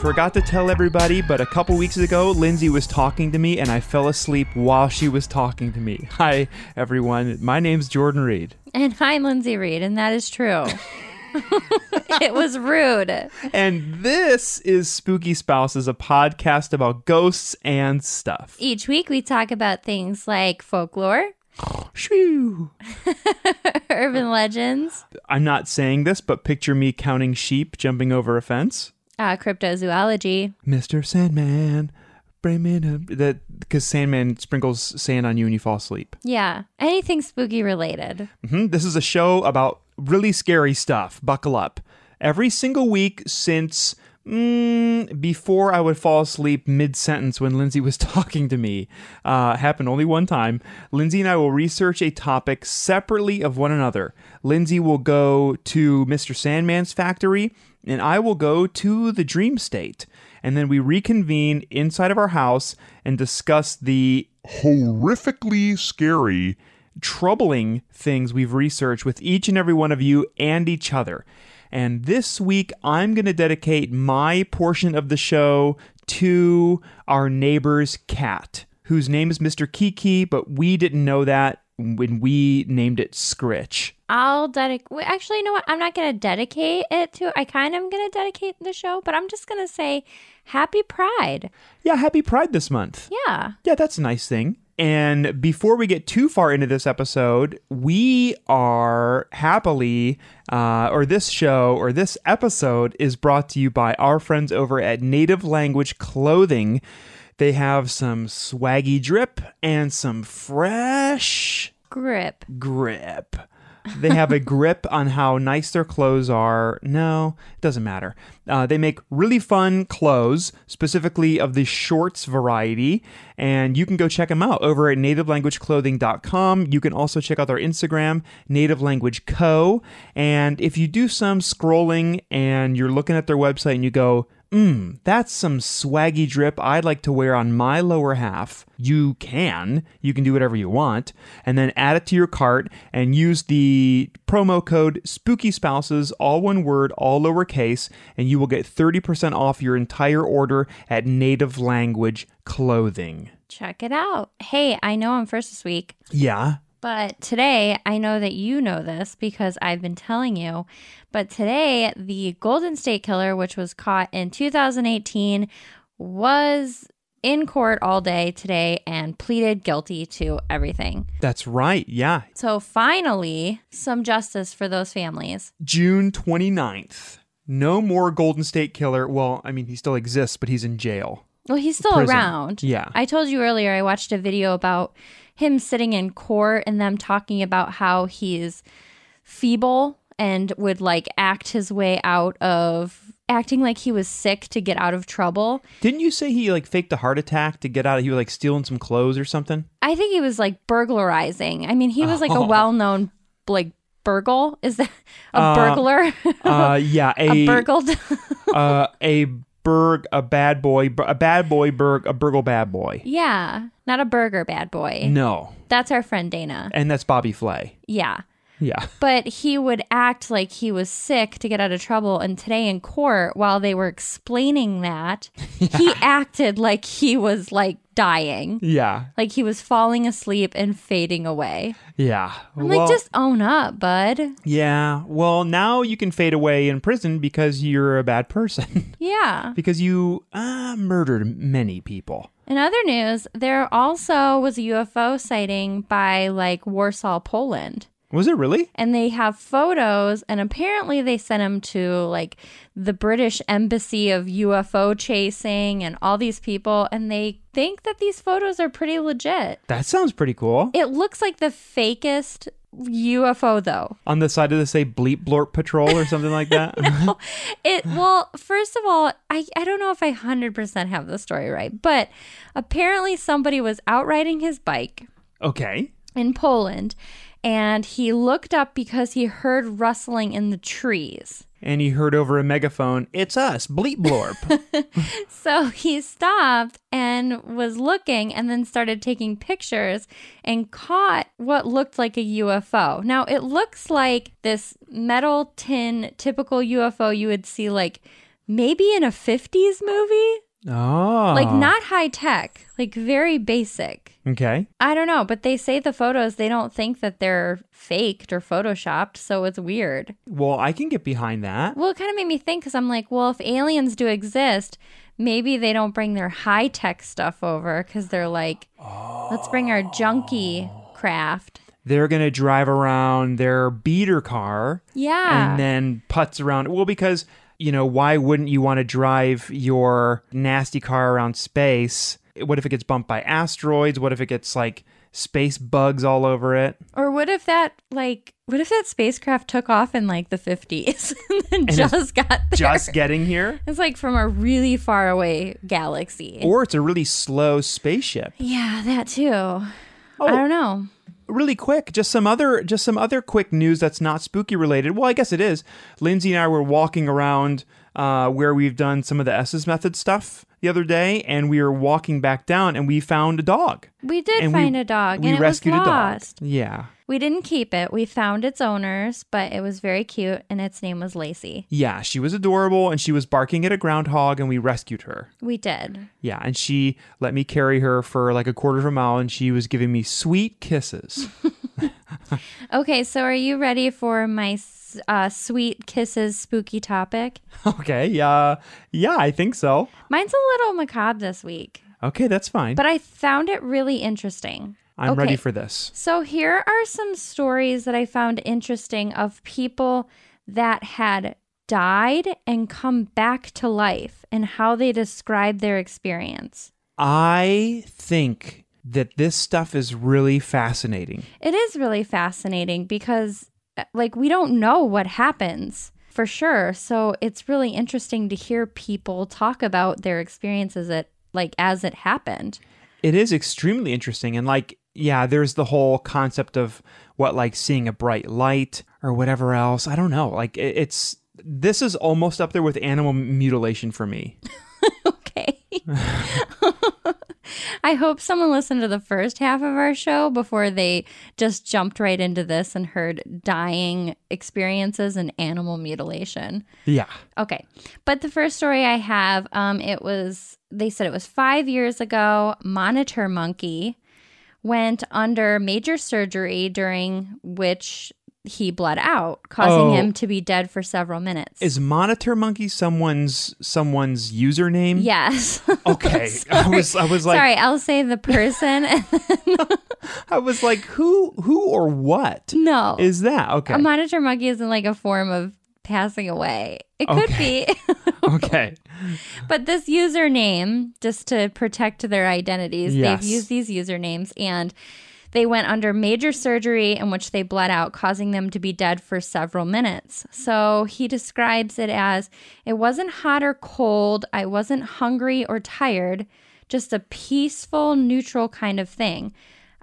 Forgot to tell everybody, but a couple weeks ago, Lindsay was talking to me and I fell asleep while she was talking to me. Hi, everyone. My name's Jordan Reed. And hi, Lindsay Reed, and that is true. it was rude. And this is Spooky Spouses, a podcast about ghosts and stuff. Each week we talk about things like folklore, Shoo. urban legends, I'm not saying this, but picture me counting sheep jumping over a fence. uh, cryptozoology. Mr. Sandman, bring me to that because Sandman sprinkles sand on you and you fall asleep. Yeah, anything spooky related. hmm This is a show about really scary stuff. Buckle up. Every single week since mm, before I would fall asleep mid sentence when Lindsay was talking to me, uh, happened only one time. Lindsay and I will research a topic separately of one another. Lindsay will go to Mr. Sandman's factory, and I will go to the dream state. And then we reconvene inside of our house and discuss the horrifically scary. troubling things we've researched with each and every one of you and each other. And this week, I'm going to dedicate my portion of the show to our neighbor's cat, whose name is Mr. Kiki, but we didn't know that when we named it Scritch. I'll dedicate. Actually, you know what? I'm not going to dedicate it to. I kind of am going to dedicate the show, but I'm just going to say happy pride. Yeah, happy Pride this month. Yeah. Yeah, that's a nice thing. And before we get too far into this episode, we are happily, uh, or this show or this episode is brought to you by our friends over at Native Language Clothing. They have some swaggy drip and some fresh Grip. grip. They have a grip on how nice their clothes are. No, it doesn't matter. Uh, they make really fun clothes, specifically of the shorts variety, and you can go check them out over at nativelanguageclothing.com. You can also check out their Instagram, Native Language Co. And if you do some scrolling and you're looking at their website and you go, Mmm, that's some swaggy drip I'd like to wear on my lower half. You can. You can do whatever you want. And then add it to your cart and use the promo code Spooky Spouses, all one word, all lowercase, and you will get 30% off your entire order at native language clothing. Check it out. Hey, I know I'm first this week, Yeah. But today, I know that you know this because I've been telling you. But today, the Golden State Killer, which was caught in 2018, was in court all day today and pleaded guilty to everything. That's right. Yeah. So, finally, some justice for those families. June 29th. No more Golden State Killer. Well, I mean, he still exists, but he's in jail. Well, he's still Prison. around. Yeah. I told you earlier, I watched a video about him sitting in court and them talking about how he's feeble and would like act his way out of acting like he was sick to get out of trouble. Didn't you say he like faked a heart attack to get out of? He was like stealing some clothes or something. I think he was like burglarizing. I mean, he was like Oh. a well known, like, burgle. Is that a Uh, burglar? Uh, yeah, a a burgled? uh, a burg, a bad boy, bur- a bad boy burg, a burgle bad boy. yeah. Not a burger bad boy. No, That's our friend Dana. and that's Bobby Flay. Yeah. Yeah, but he would act like he was sick to get out of trouble. And today in court, while they were explaining that, he acted like he was like dying, yeah, like he was falling asleep and fading away. yeah. I'm well, like, just own up, bud. yeah. Well, now you can fade away in prison because you're a bad person Yeah. because you uh, murdered many people. In other news, there also was a UFO sighting by like Warsaw, Poland. Was it really? and they have photos and apparently they sent them to like the british embassy of ufo chasing and all these people and they think that these photos are pretty legit That sounds pretty cool. it looks like the fakest ufo though On the side of the say bleep blorp patrol or something like that. it well first of all I, I don't know if i 100% have the story right but apparently somebody was out riding his bike okay. in poland and he looked up because he heard rustling in the trees and he heard over a megaphone, "It's us, Bleep Blorp." So he stopped and was looking and then started taking pictures and caught what looked like a UFO. Now, it looks like this metal tin typical UFO you would see, like maybe in a 50s movie, oh, like not high tech, like very basic. okay. I don't know, but they say the photos, they don't think that they're faked or photoshopped, so it's weird. Well, I can get behind that. Well, it kind of made me think because I'm like, well, if aliens do exist, maybe they don't bring their high tech stuff over because they're like, let's bring our junky craft. They're gonna drive around their beater car Yeah. and then putz around. Well, because you know why wouldn't you want to drive your nasty car around space? What if it gets bumped by asteroids? What if it gets like space bugs all over it? or what if that, like, what if that spacecraft took off in like the 50s and then it's just got there? Just getting here. it's like from a really far away galaxy. Or it's a really slow spaceship. yeah, that too. Oh. I don't know. really quick, just some other just some other quick news that's not spooky related. Well, I guess it is. Lindsay and I were walking around uh, where we've done some of the S's method stuff the other day, and we were walking back down, and we found a dog. We did And we- find a dog we and it rescued was lost. a dog. Yeah, We didn't keep it. We found its owners, but it was very cute and its name was Lacey. yeah. She was adorable, and she was barking at a groundhog, and we rescued her. We did. Yeah, and she let me carry her for like a quarter of a mile, and she was giving me sweet kisses. Okay, so are you ready for my s- uh, sweet kisses spooky topic? okay, yeah, yeah, I think so. Mine's a little macabre this week, Okay, that's fine. but I found it really interesting. I'm okay. ready for this. So here are some stories that I found interesting of people that had died and come back to life and how they describe their experience. I think that this stuff is really fascinating. It is really fascinating because, uh, like, we don't know what happens for sure. So it's really interesting to hear people talk about their experiences at, like, as it happened. It is extremely interesting. And, like, yeah, there's the whole concept of what, like, seeing a bright light or whatever else. I don't know. Like, it, it's this is almost up there with animal mutilation for me. Okay. I hope someone listened to the first half of our show before they just jumped right into this and heard dying experiences and animal mutilation. Yeah. Okay. But the first story I have, um, it was, they said it was five years ago. Monitor Monkey went under major surgery during which he bled out, causing Oh. him to be dead for several minutes. Is monitor monkey someone's someone's username? yes. Okay. I was I was like Sorry, I'll say the person. I was like who who or what no. is that? Okay. A monitor monkey isn't like a form of passing away. It could be. okay. But this username, just to protect their identities, Yes. they've used these usernames and they went under major surgery in which they bled out, causing them to be dead for several minutes. So he describes it as it wasn't hot or cold. I wasn't hungry or tired, just a peaceful, neutral kind of thing.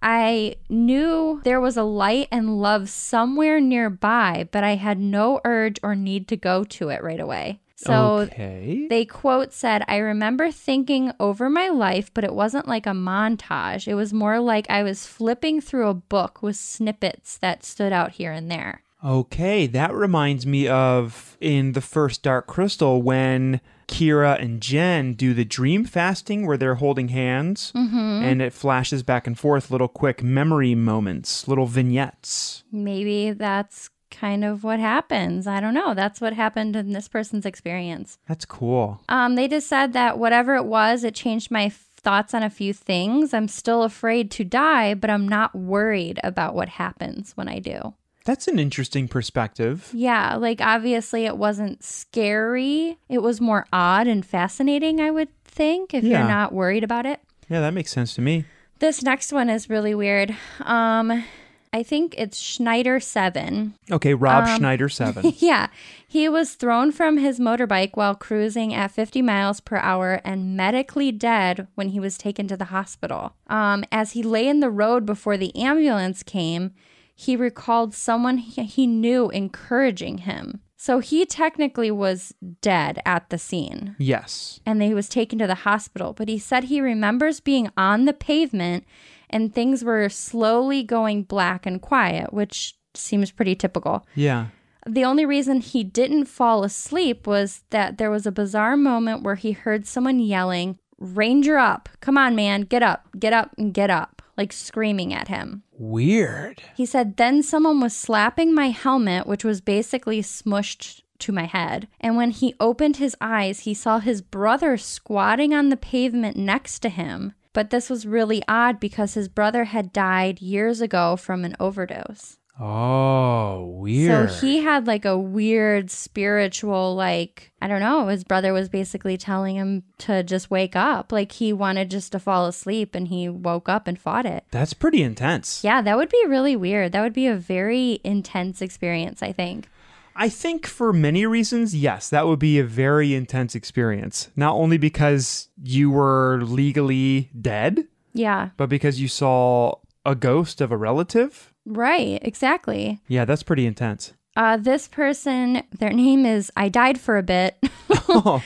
I knew there was a light and love somewhere nearby, but I had no urge or need to go to it right away. So okay. they quote said, I remember thinking over my life, but it wasn't like a montage. It was more like I was flipping through a book with snippets that stood out here and there. Okay, that reminds me of in the first Dark Crystal when Kira and Jen do the dream fasting where they're holding hands Mm-hmm. and it flashes back and forth little quick memory moments, little vignettes. Maybe that's kind of what happens. I don't know. That's what happened in this person's experience. That's cool. Um, they just said that whatever it was, it changed my f- thoughts on a few things. I'm still afraid to die, but I'm not worried about what happens when I do. That's an interesting perspective. Yeah, like obviously it wasn't scary. It was more odd and fascinating, I would think, if Yeah. you're not worried about it. Yeah, that makes sense to me. This next one is really weird. Um I think it's Schneider 7. Okay, Rob Um, Schneider 7. yeah. He was thrown from his motorbike while cruising at 50 miles per hour and medically dead when he was taken to the hospital. Um, as he lay in the road before the ambulance came, he recalled someone he, he knew encouraging him. So he technically was dead at the scene Yes. and he was taken to the hospital, but he said he remembers being on the pavement and things were slowly going black and quiet, which seems pretty typical. Yeah. The only reason he didn't fall asleep was that there was a bizarre moment where he heard someone yelling, Ranger up, come on, man, get up, get up, and get up, like screaming at him. Weird. He said, then someone was slapping my helmet, which was basically smushed to my head. And when he opened his eyes, he saw his brother squatting on the pavement next to him. But this was really odd because his brother had died years ago from an overdose. Oh, weird. So he had like a weird spiritual, like, I don't know. His brother was basically telling him to just wake up. Like he wanted just to fall asleep and he woke up and fought it. That's pretty intense. Yeah, that would be really weird. That would be a very intense experience, I think. I think for many reasons, yes, that would be a very intense experience. Not only because you were legally dead, Yeah, but because you saw a ghost of a relative. right. Exactly. Yeah, that's pretty intense. Uh, this person, their name is I Died for a Bit. Oh,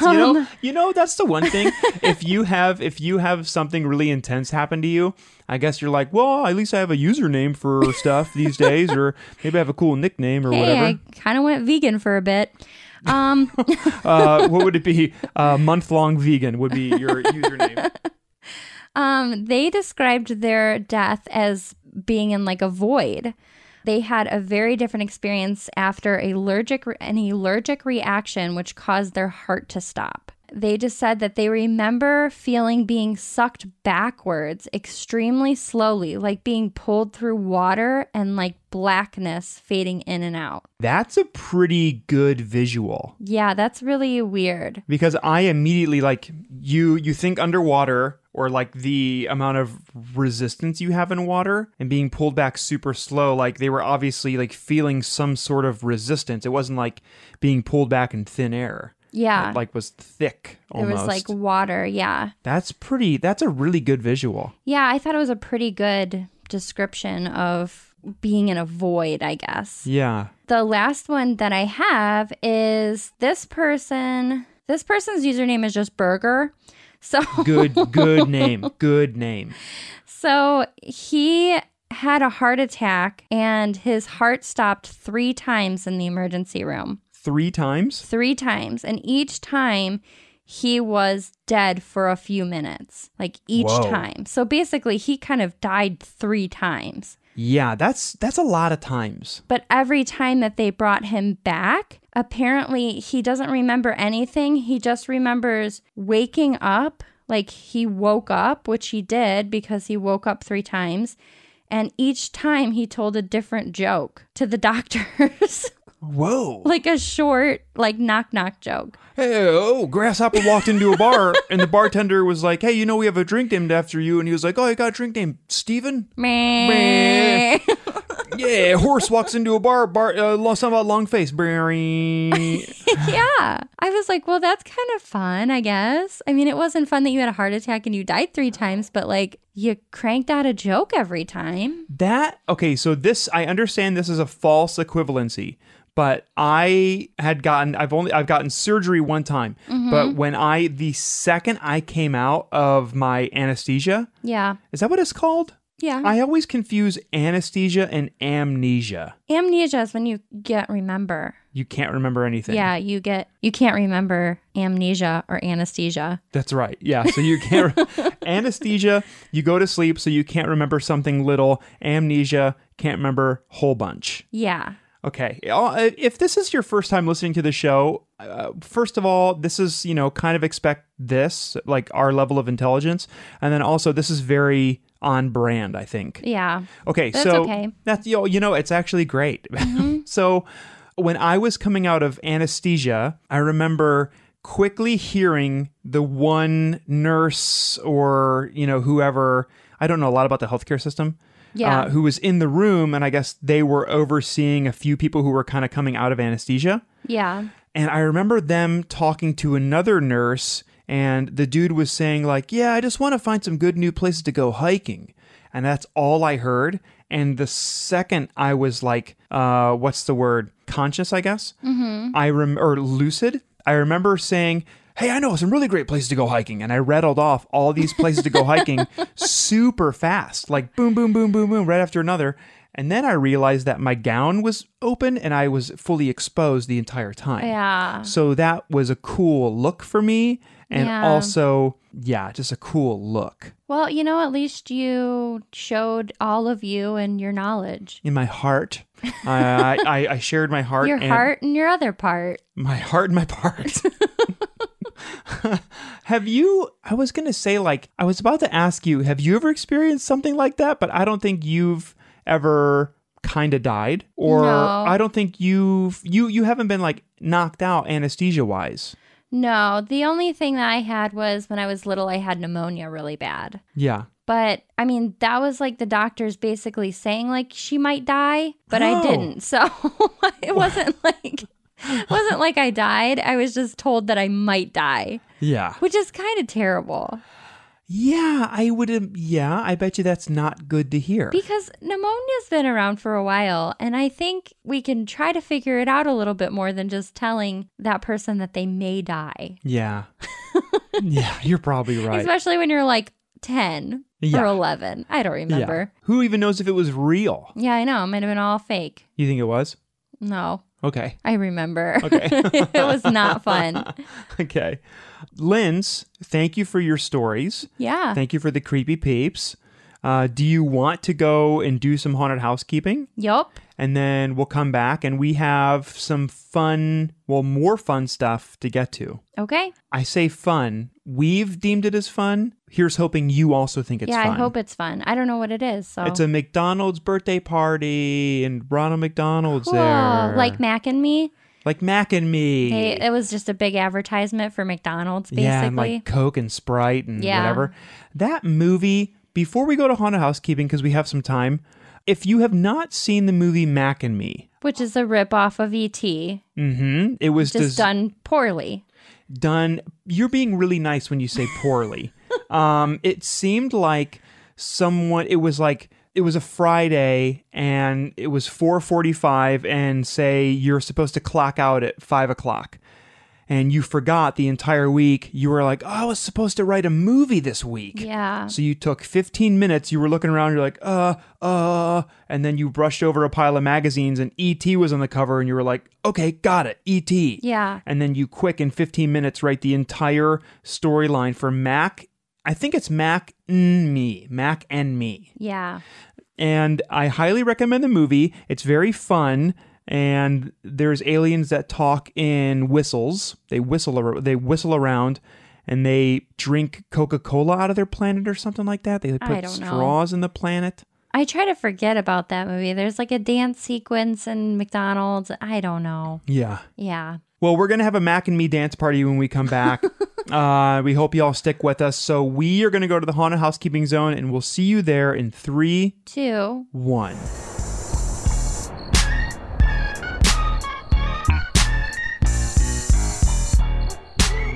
you know, you know that's the one thing. if you have if you have something really intense happen to you, I guess you're like, well, at least I have a username for stuff these days, or maybe I have a cool nickname or hey, whatever. I kind of went vegan for a bit. Um, Uh, what would it be? Uh, month long vegan would be your username. Um, they described their death as being in like a void. They had a very different experience after allergic an allergic reaction, which caused their heart to stop. They just said that they remember feeling being sucked backwards extremely slowly, like being pulled through water and like blackness fading in and out. That's a pretty good visual. Yeah, that's really weird. because I immediately like you you think underwater or like the amount of resistance you have in water and being pulled back super slow like they were obviously like feeling some sort of resistance it wasn't like being pulled back in thin air Yeah. it like was thick it almost was like water, yeah. that's pretty that's a really good visual Yeah, I thought it was a pretty good description of being in a void, I guess. yeah The last one that I have is this person. This person's username is just Burger. So good good name good name so he had a heart attack and his heart stopped 3 times in the emergency room. three times 3 times and each time he was dead for a few minutes. Like each Whoa. time. So basically he kind of died 3 times. yeah that's that's a lot of times But every time that they brought him back, apparently he doesn't remember anything. He just remembers waking up, like he woke up, which he did because he woke up three times. And each time he told a different joke to the doctors, whoa like a short, like knock knock joke. hey, oh, Grasshopper walked into a bar and the bartender was like, hey, you know, we have a drink named after you. And he was like, oh, I got a drink named Steven? Meh. Yeah, horse walks into a bar, bar, uh, lo- something about long face. Brrrring. yeah. I was like, well, that's kind of fun, I guess. I mean, it wasn't fun that you had a heart attack and you died three times, but like you cranked out a joke every time. that, okay, so this, I understand this is a false equivalency. But I had gotten I've only I've gotten surgery one time. But when I the second I came out of my anesthesia, Yeah. is that what it's called? Yeah. I always confuse anesthesia and amnesia. amnesia is when you get remember. You can't remember anything. Yeah, you get you can't remember amnesia or anesthesia. That's right. Yeah. So you can't. anesthesia, you go to sleep, so you can't remember something little. Amnesia, can't remember whole bunch. Yeah. Okay. Uh, If this is your first time listening to the show, uh, first of all, this is, you know, kind of expect this, like our level of intelligence. And then also, this is very on brand, I think. Yeah. Okay, That's so okay. Mm-hmm. that's you know, you know it's actually great. so when I was coming out of anesthesia, I remember quickly hearing the one nurse or you know whoever I don't know a lot about the healthcare system. Yeah. Uh, who was in the room, and I guess they were overseeing a few people who were kind of coming out of anesthesia. Yeah. And I remember them talking to another nurse, and the dude was saying, like, yeah, I just want to find some good new places to go hiking. And that's all I heard. And the second I was like, uh, what's the word? Conscious, I guess. Mm-hmm. I rem- or lucid. I remember saying, "Hey, I know some really great places to go hiking," and I rattled off all these places to go hiking super fast, like boom, boom, boom, boom, boom, right after another. And then I realized that my gown was open and I was fully exposed the entire time. Yeah. So that was a cool look for me. And Yeah. also, yeah, just a cool look. Well, you know, at least you showed all of you and your knowledge. In my heart, I, I, I shared my heart. Your and heart and your other part. My heart and my part. have you, I was going to say, like, I was about to ask you, have you ever experienced something like that? But I don't think you've ever kind of died or No. I don't think you've, you, you haven't been like knocked out anesthesia wise. No, the only thing that I had was when I was little, I had pneumonia really bad. Yeah. But I mean, that was like the doctors basically saying like she might die, but Oh. I didn't. So it wasn't like it wasn't like I died. I was just told that I might die, Yeah. which is kind of terrible Yeah, I would. um, Yeah, I bet you that's not good to hear. because pneumonia's been around for a while and I think we can try to figure it out a little bit more than just telling that person that they may die. yeah. yeah, you're probably right. Especially when you're like 10 or Yeah. 11. I don't remember. Yeah. Who even knows if it was real? Yeah, I know. It might have been all fake. You think it was? No, Okay. I remember. Okay. it was not fun. okay. Linz, thank you for your stories. Yeah. Thank you for the creepy peeps. Uh, do you want to go and do some haunted housekeeping? yup. And then we'll come back and we have some fun, well, more fun stuff to get to. Okay. I say fun. We've deemed it as fun. Here's hoping you also think it's yeah, fun. I hope it's fun. I don't know what it is. So It's a McDonald's birthday party, and Ronald McDonald's cool. there. Like Mac and me. like Mac and me. They, it was just a big advertisement for McDonald's, basically. yeah, and like Coke and Sprite and Yeah. whatever. That movie, before we go to Haunted Housekeeping, because we have some time, if you have not seen the movie Mac and Me, Which is a ripoff of E.T. hmm it was Just des- done poorly. done you're being really nice when you say poorly um it seemed like someone it was like it was a friday and it was 4.45 and say you're supposed to clock out at 5 o'clock and you forgot the entire week you were like oh i was supposed to write a movie this week Yeah. so you took 15 minutes, you were looking around, you're like, uh, uh, and then you brushed over a pile of magazines and E.T. was on the cover and you were like, okay, got it, E E.T. Yeah. And then you quick in 15 minutes write the entire storyline for Mac. I think it's Mac and me, Mac and me. Yeah. And I highly recommend the movie. It's very fun. And there's aliens that talk in whistles. They whistle. Ar- they whistle around, and they drink Coca-Cola out of their planet or something like that. They like, I put don't know. straws in the planet. I try to forget about that movie. There's like a dance sequence in McDonald's. I don't know. Yeah. Yeah. Well, we're gonna have a Mac and me dance party when we come back. uh, we hope y'all stick with us. So we are gonna go to the haunted housekeeping zone, and we'll see you there in three, Two. one.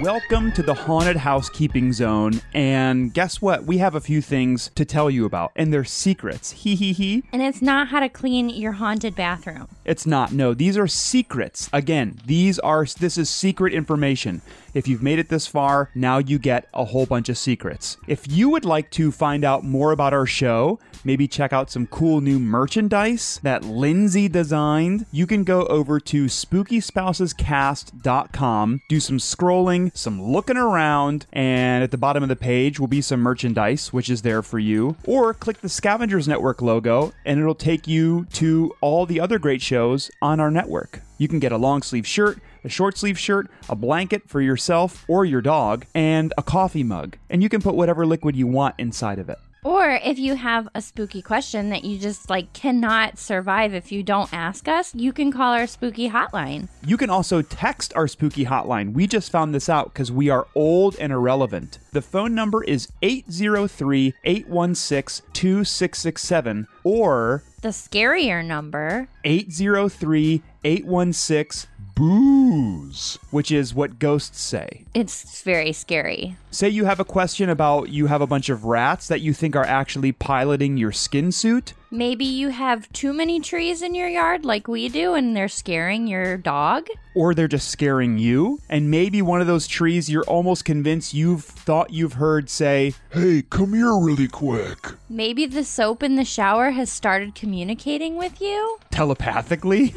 Welcome to the Haunted Housekeeping Zone. And guess what? We have a few things to tell you about, and they're secrets. Hee hee hee. And it's not how to clean your haunted bathroom. It's not. No, these are secrets. Again, these are this is secret information. If you've made it this far, now you get a whole bunch of secrets. If you would like to find out more about our show, maybe check out some cool new merchandise that Lindsay designed, you can go over to spookyspousescast.com, do some scrolling, some looking around, and at the bottom of the page will be some merchandise which is there for you, or click the Scavengers Network logo and it'll take you to all the other great shows on our network. You can get a long sleeve shirt, a short sleeve shirt, a blanket for yourself or your dog, and a coffee mug. And you can put whatever liquid you want inside of it. Or if you have a spooky question that you just like cannot survive if you don't ask us, you can call our spooky hotline. You can also text our spooky hotline. We just found this out because we are old and irrelevant. The phone number is 803 816 2667 or The scarier number 803 816 booze. which is what ghosts say. It's very scary. Say you have a question about you have a bunch of rats that you think are actually piloting your skin suit. Maybe you have too many trees in your yard like we do and they're scaring your dog. Or they're just scaring you. And maybe one of those trees you're almost convinced you've thought you've heard say, Hey, come here really quick. Maybe the soap in the shower has started communicating with you. telepathically?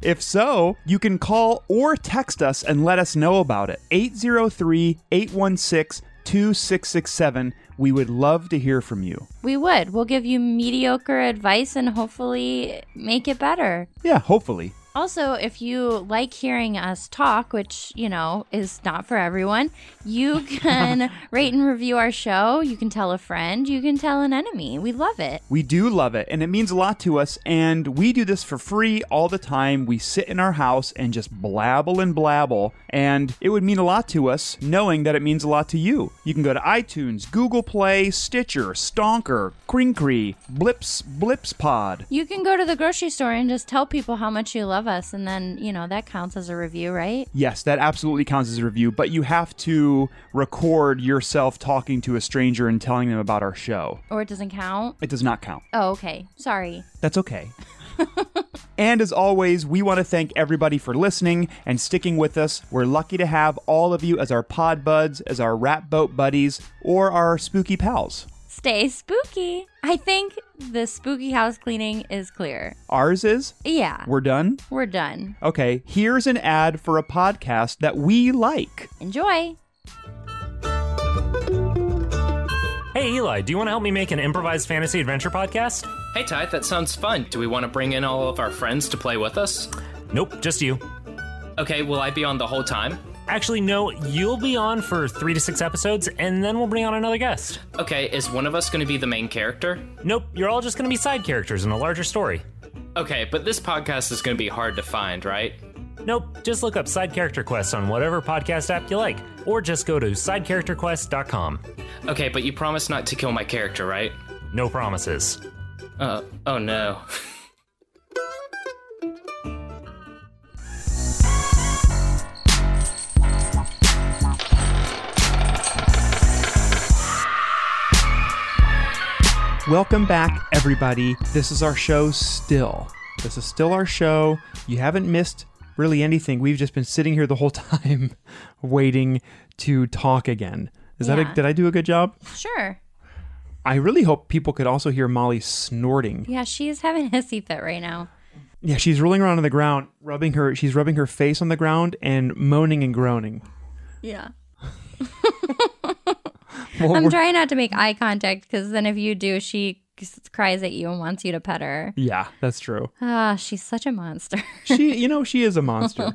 if so, you can call or text us and let us know about it. 803 816 2667. We would love to hear from you. We would. We'll give you mediocre advice and hopefully make it better. Yeah, hopefully. Also, if you like hearing us talk, which, you know, is not for everyone, you can rate and review our show. You can tell a friend. You can tell an enemy. We love it. We do love it, and it means a lot to us. And we do this for free all the time. We sit in our house and just blabble and blabble. And it would mean a lot to us knowing that it means a lot to you. You can go to iTunes, Google Play, Stitcher, Stonker, Crinkry, Blips, Blips Pod. You can go to the grocery store and just tell people how much you love us. And then, you know, that counts as a review, right? Yes, that absolutely counts as a review, but you have to record yourself talking to a stranger and telling them about our show. Or it doesn't count. It does not count. Oh, okay. Sorry. That's okay. and as always, we want to thank everybody for listening and sticking with us. We're lucky to have all of you as our pod buds, as our rat boat buddies, or our spooky pals. Stay spooky. I think the spooky house cleaning is clear. Ours is, Yeah. we're done. We're done. Okay, here's an ad for a podcast that we like. Enjoy. Hey, Eli, do you want to help me make an improvised fantasy adventure podcast? Hey, Ty, that sounds fun. Do we want to bring in all of our friends to play with us? Nope, just you. Okay, will I be on the whole time? Actually, no, you'll be on for three to six episodes, and then we'll bring on another guest. Okay, is one of us going to be the main character? Nope, you're all just going to be side characters in a larger story. Okay, but this podcast is going to be hard to find, right? Nope, just look up Side Character Quest on whatever podcast app you like, or just go to sidecharacterquest.com. Okay, but you promised not to kill my character, right? No promises. Uh, oh no. Welcome back, everybody. This is our show still. This is still our show. You haven't missed really anything. We've just been sitting here the whole time waiting to talk again. Is that Yeah. a, did I do a good job? Sure. I really hope people could also hear Molly snorting. Yeah, she is having a hissy fit right now. Yeah, she's rolling around on the ground, rubbing her she's rubbing her face on the ground and moaning and groaning. Yeah. Well, I'm we're- trying not to make eye contact because then if you do, she c- cries at you and wants you to pet her. yeah, that's true. Ah, she's such a monster. she you know she is a monster.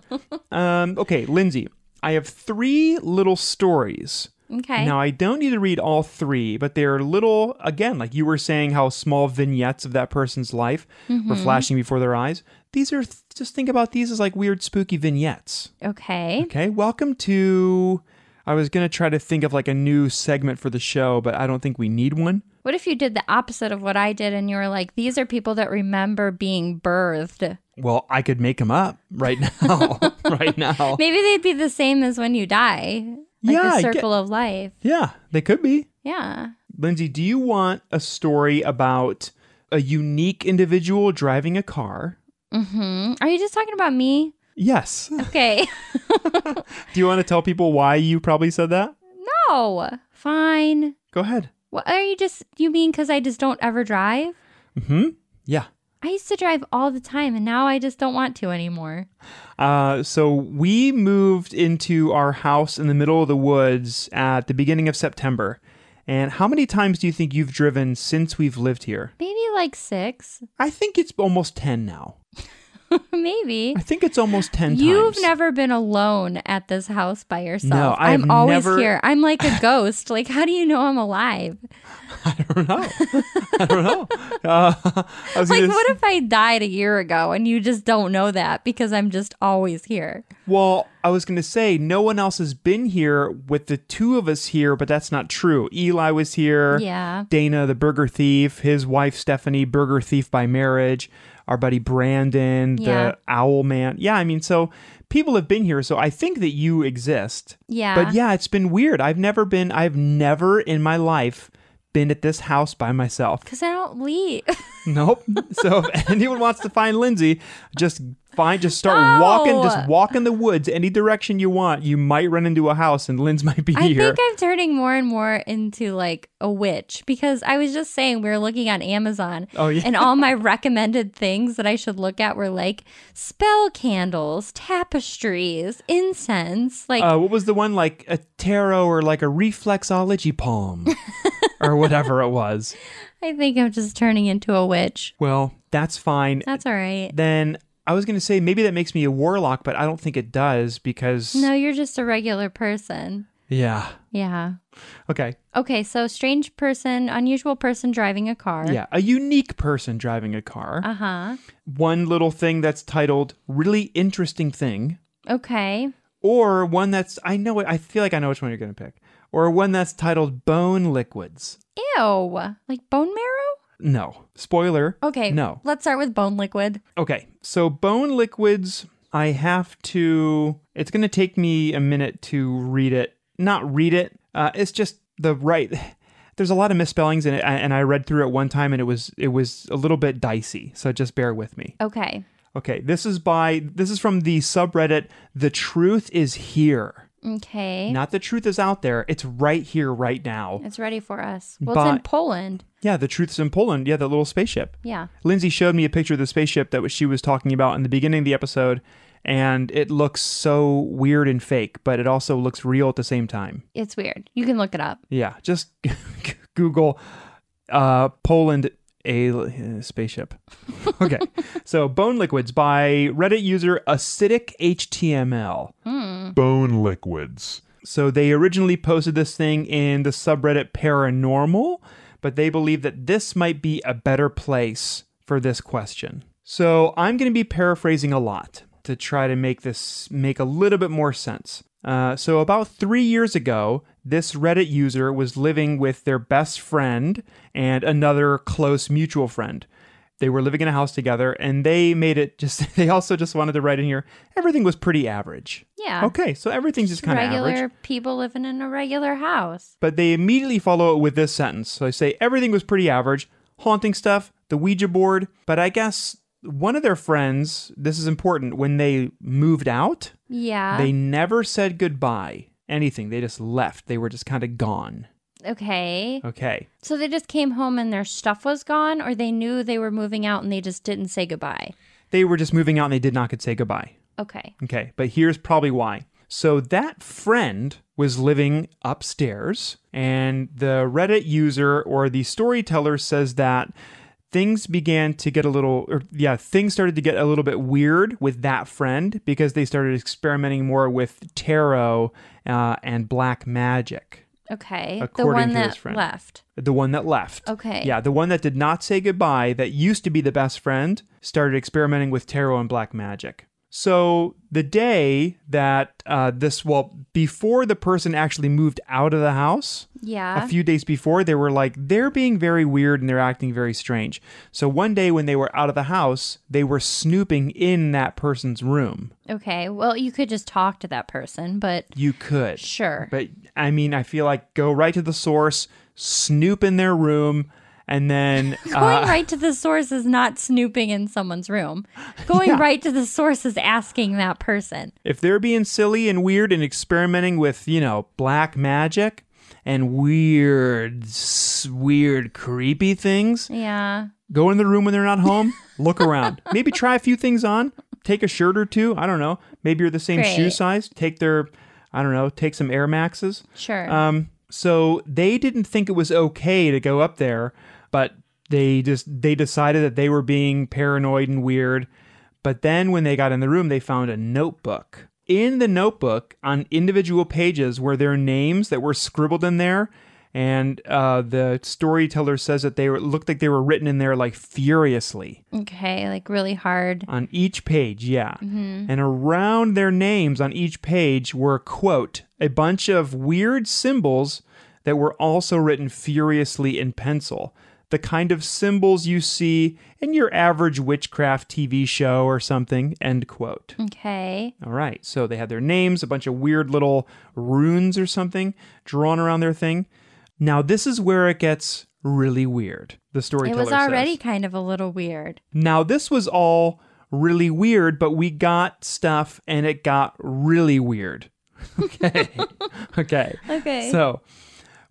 Um okay, Lindsay, I have 3 little stories. okay. Now, I don't need to read all three, but they're little, again, like you were saying, how small vignettes of that person's life were flashing before their eyes. These are, th- just think about these as like weird, spooky vignettes. Okay. Okay. Welcome to, I was going to try to think of like a new segment for the show, but I don't think we need one. What if you did the opposite of what I did and you were like, these are people that remember being birthed? Well, I could make them up right now. right now. Maybe they'd be the same as when you die. Like Oh. Yeah, I the get- circle of life. Yeah, they could be. Yeah. Lindsay, do you want a story about a unique individual driving a car? Mm-hmm. Are you just talking about me? Yes. Okay. Do you want to tell people why you probably said that? no. Oh, Fine. Go ahead. What are you just, you mean because I just don't ever drive? Hmm. Yeah. I used to drive all the time and now I just don't want to anymore. Uh, so we moved into our house in the middle of the woods at the beginning of September. And how many times do you think you've driven since we've lived here? Maybe like six. I think it's almost 10 now. Maybe. I think it's almost 10 You've times. never been alone at this house by yourself. No, I have am always never- here. I'm like a ghost. like, how do you know I'm alive? I don't know. I don't know. Uh, I was Like, gonna what if I died a year ago and you just don't know that because I'm just always here? Well, I was going to say no one else has been here with the two of us here, but that's not true. Eli was here. Yeah. Dana, the burger thief, his wife Stephanie, burger thief by marriage. our buddy Brandon, Yeah. the Owl Man. Yeah, I mean, so people have been here, so I think that you exist. Yeah. But yeah, it's been weird. I've never been, I've never in my life been at this house by myself. Because I don't leave. Nope. So if anyone wants to find Lindsay, just find just start No. walking, just walk in the woods any direction you want. You might run into a house and Linz might be I here. think I'm turning more and more into like a witch because I was just saying we were looking on Amazon. Oh, yeah. And all my recommended things that I should look at were like spell candles, tapestries, incense, like uh, what was the one like a tarot or like a reflexology palm or whatever it was? I think I'm just turning into a witch. Well, that's fine. That's all right. then I was going to say maybe that makes me a warlock, but I don't think it does because No, you're just a regular person. yeah. Yeah. Okay. Okay, so strange person, unusual person driving a car. Yeah, a unique person driving a car. Uh huh. one little thing that's titled really interesting thing. Okay. or one that's I know it. I feel like I know which one you're gonna pick, or one that's titled Bone Liquids. Ew. Like bone marrow? No spoiler. Okay. No. Let's start with bone liquid. Okay, so Bone Liquids. I have to. It's gonna take me a minute to read it. Not read it. Uh, it's just the right. There's a lot of misspellings in it, and I read through it one time, and it was it was a little bit dicey. So just bear with me. Okay. Okay, this is by this is from the subreddit. The truth is here. Okay. Not the truth is out there. It's right here, right now. It's ready for us. Well, it's in But- Poland. Yeah, the truth's in Poland. Yeah, that little spaceship. Yeah. Lindsay showed me a picture of the spaceship that was- she was talking about in the beginning of the episode, and it looks so weird and fake, but it also looks real at the same time. It's weird. You can look it up. Yeah, just Google uh, Poland a uh, spaceship. okay, so Bone Liquids by Reddit user Acidic HTML. Bone liquids. So they originally posted this thing in the subreddit paranormal, but they believe that this might be a better place for this question. So I'm going to be paraphrasing a lot to try to make this make a little bit more sense. Uh, so about three years ago, this Reddit user was living with their best friend and another close mutual friend. They were living in a house together, and they made it just. They also just wanted to write in here. Everything was pretty average. Yeah. Okay, so everything's just kind of Regular average. people living in a regular house. But they immediately follow it with this sentence. So they say everything was pretty average, haunting stuff, the Ouija board, but I guess one of their friends, this is important, when they moved out, Yeah. they never said goodbye, anything. They just left. They were just kind of gone. okay. Okay. So they just came home and their stuff was gone, or they knew they were moving out and they just didn't say goodbye. They were just moving out and they did not could say goodbye. Okay. Okay, but here's probably why. So that friend was living upstairs, and the Reddit user or the storyteller says that things began to get a little, or yeah, things started to get a little bit weird with that friend because they started experimenting more with tarot uh, and black magic. Okay. the According one to his that friend. left. The one that left. Okay. Yeah, the one that did not say goodbye, that used to be the best friend, started experimenting with tarot and black magic. So the day that uh, this, well, before the person actually moved out of the house, Yeah. a few days before, they were like, they're being very weird and they're acting very strange. So one day when they were out of the house, they were snooping in that person's room. okay. Well, you could just talk to that person, but You could. sure. But I mean, I feel like go right to the source, snoop in their room, and then uh, Going right to the source is not snooping in someone's room. Going right to the source is asking that person. if they're being silly and weird and experimenting with, you know, black magic and weird, s- weird, creepy things, Yeah. go in the room when they're not home, look around. Maybe try a few things on, take a shirt or two. I don't know. Maybe you're the same shoe Great. size. Take their, I don't know, take some Air Maxes. Sure. Um, so they didn't think it was okay to go up there, but they just they decided that they were being paranoid and weird. But then when they got in the room, they found a notebook. In the notebook, on individual pages, were their names that were scribbled in there, and uh, the storyteller says that they were, looked like they were written in there like furiously okay. Like really hard. on each page, yeah. Mm-hmm. And around their names on each page were, quote, a bunch of weird symbols that were also written furiously in pencil. the kind of symbols you see in your average witchcraft TV show or something, end quote. Okay. All right. So they had their names, a bunch of weird little runes or something drawn around their thing. Now, this is where it gets really weird. The It storyteller was already says. kind of a little weird. Now, this was all really weird, but we got stuff and it got really weird. Okay. okay. Okay. So,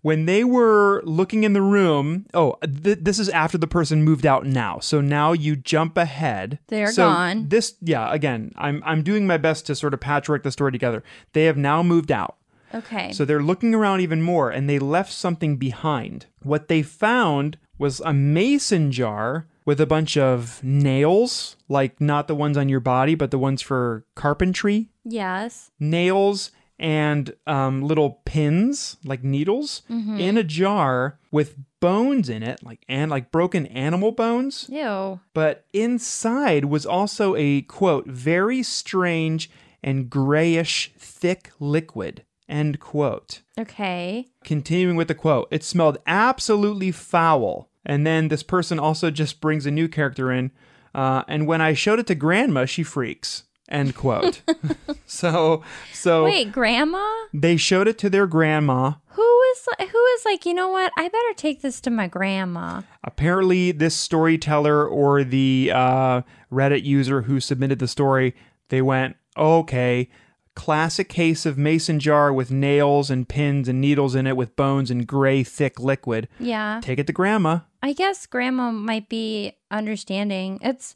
when they were looking in the room, oh, th- this is after the person moved out now. So now you jump ahead. They're So gone. This, yeah. Again, I'm I'm doing my best to sort of patchwork the story together. They have now moved out. okay. So they're looking around even more and they left something behind. What they found was a mason jar with a bunch of nails, like not the ones on your body, but the ones for carpentry yes. nails, and um, little pins, like needles, in a jar with bones in it, like and like broken animal bones. Ew. But inside was also a quote, very strange and grayish thick liquid, end quote. Okay. Continuing with the quote, it smelled absolutely foul. And then this person also just brings a new character in. Uh, and when I showed it to grandma, she freaks. End quote. so, so Wait, grandma? they showed it to their grandma. Who is li- who is like, you know what? I better take this to my grandma. Apparently, this storyteller or the uh, Reddit user who submitted the story, they went, okay, classic case of mason jar with nails and pins and needles in it with bones and gray thick liquid. Yeah. Take it to grandma. I guess grandma might be understanding. It's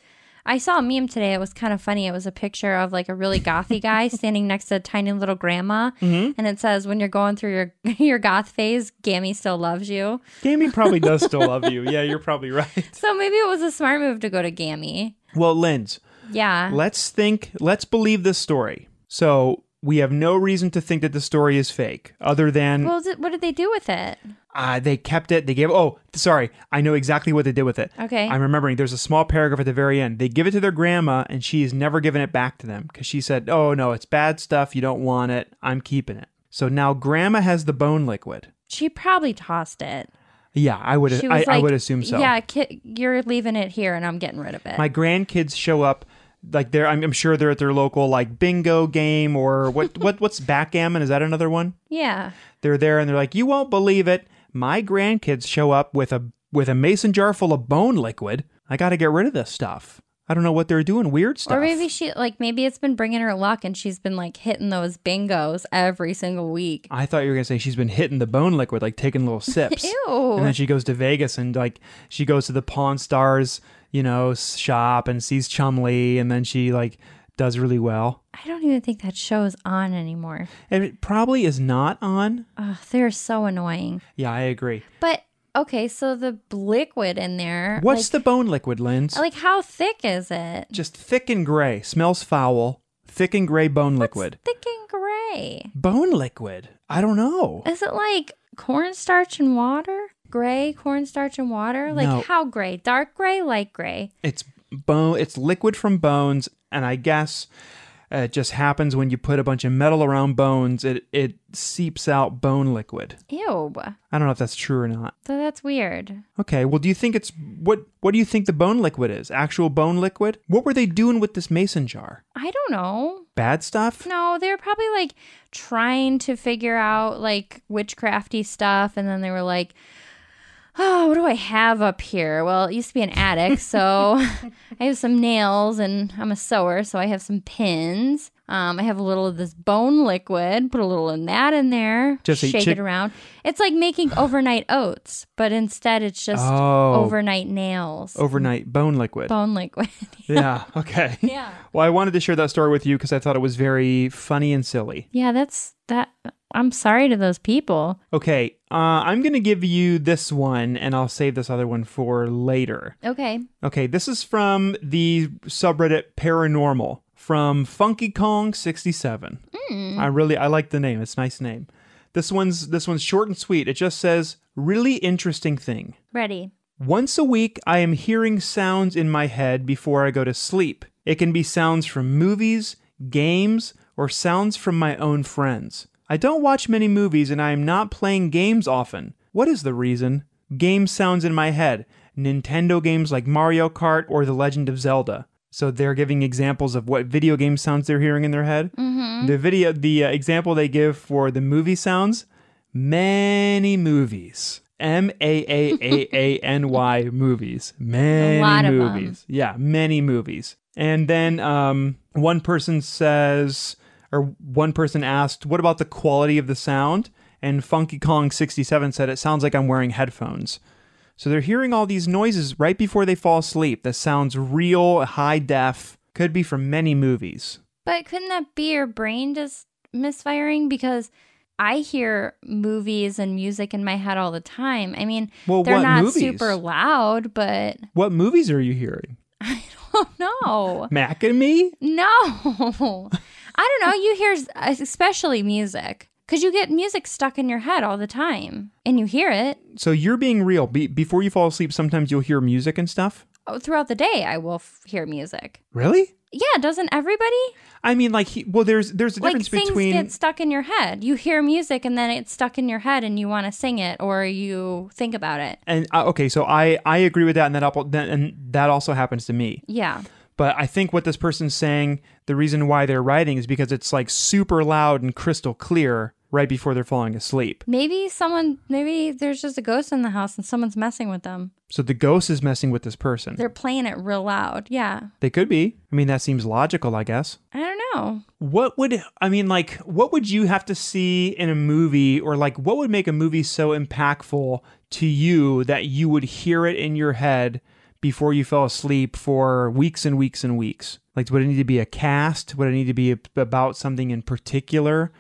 I saw a meme today. It was kind of funny. It was a picture of like a really gothy guy standing next to a tiny little grandma, Mm-hmm. and it says, "When you're going through your your goth phase, Gammy still loves you." Gammy probably does still love you. Yeah, you're probably right. So maybe it was a smart move to go to Gammy. Well, Linz, Yeah. let's think, let's believe this story. So we have no reason to think that the story is fake other than well, did, what did they do with it? Uh, they kept it. They gave. Oh, sorry. I know exactly what they did with it. Okay. I'm remembering. There's a small paragraph at the very end. They give it to their grandma, and she's never given it back to them because she said, "Oh no, it's bad stuff. You don't want it. I'm keeping it." So now grandma has the bone liquid. She probably tossed it. Yeah, I would. I, She was I like, would assume so. Yeah, ki- you're leaving it here, and I'm getting rid of it. My grandkids show up. Like they're, I'm, I'm sure they're at their local like bingo game or what? what? What's backgammon? Is that another one? yeah. They're there and they're like, "You won't believe it. My grandkids show up with a with a mason jar full of bone liquid. I got to get rid of this stuff. I don't know what they're doing. Weird stuff. Or maybe she like maybe it's been bringing her luck and she's been like hitting those bingos every single week. I thought you were gonna say she's been hitting the bone liquid, like taking little sips. Ew. And then she goes to Vegas and like she goes to the Pawn Stars, you know, s- shop and sees Chumley, and then she like does really well. I don't even think that show's on anymore. And it probably is not on. Ugh, they're so annoying. Yeah, I agree. But okay, so the liquid in there. What's like, the bone liquid, Linz? like how thick is it? Just thick and gray. Smells foul. Thick and gray bone liquid. Thick and gray. Bone liquid? I don't know. Is it like cornstarch and water? Gray cornstarch and water? Like No. how gray? Dark gray, light gray. It's bone. It's liquid from bones, and I guess uh, it just happens when you put a bunch of metal around bones. It it seeps out bone liquid. Ew. I don't know if that's true or not. So that's weird. Okay. Well, do you think it's what? What do you think the bone liquid is? Actual bone liquid? What were they doing with this mason jar? I don't know. Bad stuff? No, they were probably like trying to figure out like witchcrafty stuff, and then they were like, "Oh, what do I have up here?" Well, it used to be an attic, so I have some nails, and I'm a sewer, so I have some pins. Um, I have a little of this bone liquid. Put a little in that in there. Just eat shake chick- it around. It's like making overnight oats, but instead it's just Oh. overnight nails, Overnight bone liquid. bone liquid. yeah. Okay. yeah, Well, I wanted to share that story with you because I thought it was very funny and silly. yeah. That's that. I'm sorry to those people. Okay, uh, I'm going to give you this one and I'll save this other one for later. Okay. Okay, this is from the subreddit Paranormal from Funky Kong 67. I really I like the name. It's a nice name. This one's this one's short and sweet. It just says really interesting thing. Ready. Once a week, I am hearing sounds in my head before I go to sleep. It can be sounds from movies, games, or sounds from my own friends. I don't watch many movies and I am not playing games often. What is the reason? game sounds in my head Nintendo games like Mario Kart or The Legend of Zelda. So they're giving examples of what video game sounds they're hearing in their head. Mm-hmm. The video, the uh, example they give for the movie sounds, many movies. M A A A A N Y movies. Many lot of 'em. movies. Yeah, many movies. And then um, one person says, or one person asked, what about the quality of the sound? And Funky Kong 67 said, it sounds like I'm wearing headphones. So they're hearing all these noises right before they fall asleep. That sounds real, high def, could be from many movies. But couldn't that be your brain just misfiring? Because I hear movies and music in my head all the time. I mean, Well, they're what not movies? super loud, but What movies are you hearing? I don't know. Mac and me? No. I don't know. You hear, s- especially music, because you get music stuck in your head all the time and you hear it So you're being real. Be- before you fall asleep, sometimes you'll hear music and stuff. Oh, throughout the day. I will f- hear music. Really? Yeah, doesn't everybody? I mean, like, he, well, there's there's a like difference things between get stuck in your head. You hear music and then it's stuck in your head and you want to sing it or you think about it. and uh, okay, so I I agree with that, and that up, that, and that also happens to me. Yeah. But I think what this person's saying, the reason why they're writing is because it's like super loud and crystal clear right before they're falling asleep. Maybe someone maybe there's just a ghost in the house and someone's messing with them. So the ghost is messing with this person. They're playing it real loud. Yeah. they could be. I mean, that seems logical, I guess. I don't know. What would I mean like what would you have to see in a movie or like what would make a movie so impactful to you that you would hear it in your head before you fell asleep for weeks and weeks and weeks? Like would it need to be a cast? Would it need to be ab- about something in particular?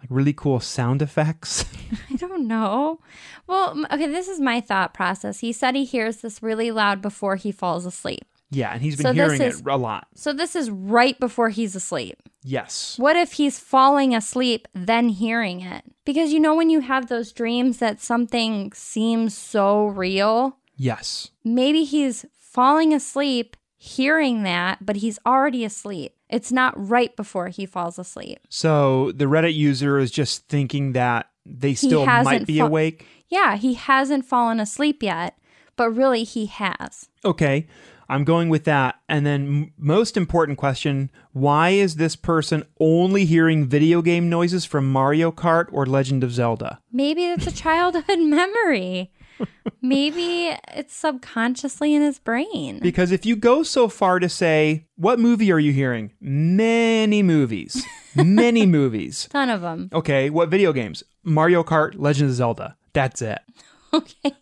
Like really cool sound effects? I don't know. Well, m- okay, this is my thought process. He said he hears this really loud before he falls asleep. yeah, and he's been So this hearing is- it a lot. So this is right before he's asleep. Yes. What if he's falling asleep, then hearing it? Because you know, when you have those dreams that something seems so real, Yes. maybe he's falling asleep, hearing that, but he's already asleep. It's not right before he falls asleep. So the Reddit user is just thinking that they still might hasn't be fu- awake. Yeah, he hasn't fallen asleep yet, but really he has. Okay, I'm going with that. And then, m- most important question why is this person only hearing video game noises from Mario Kart or Legend of Zelda? Maybe it's a childhood memory. Maybe it's subconsciously in his brain. Because if you go so far to say, what movie are you hearing? Many movies. Many movies. Ton of them. Okay, what video games? Mario Kart, Legend of Zelda. That's it. okay.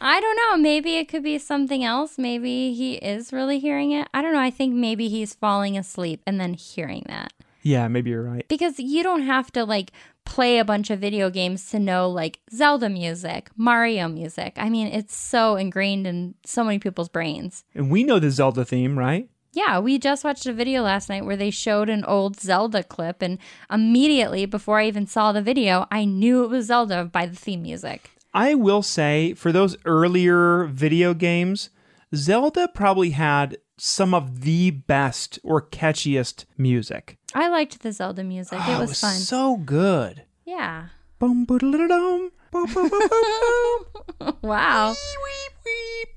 I don't know. Maybe it could be something else. Maybe he is really hearing it. I don't know. I think maybe he's falling asleep and then hearing that. Yeah, maybe you're right. Because you don't have to like play a bunch of video games to know like Zelda music, Mario music. I mean, it's so ingrained in so many people's brains. And we know the Zelda theme, right? Yeah, we just watched a video last night where they showed an old Zelda clip, and immediately before I even saw the video, I knew it was Zelda by the theme music. I will say for those earlier video games, Zelda probably had some of the best or catchiest music. I liked the Zelda music, it Oh, was fun. so good. Yeah. Bum, boodle-da-dum, bum, bum, bum, bum, bum. wow.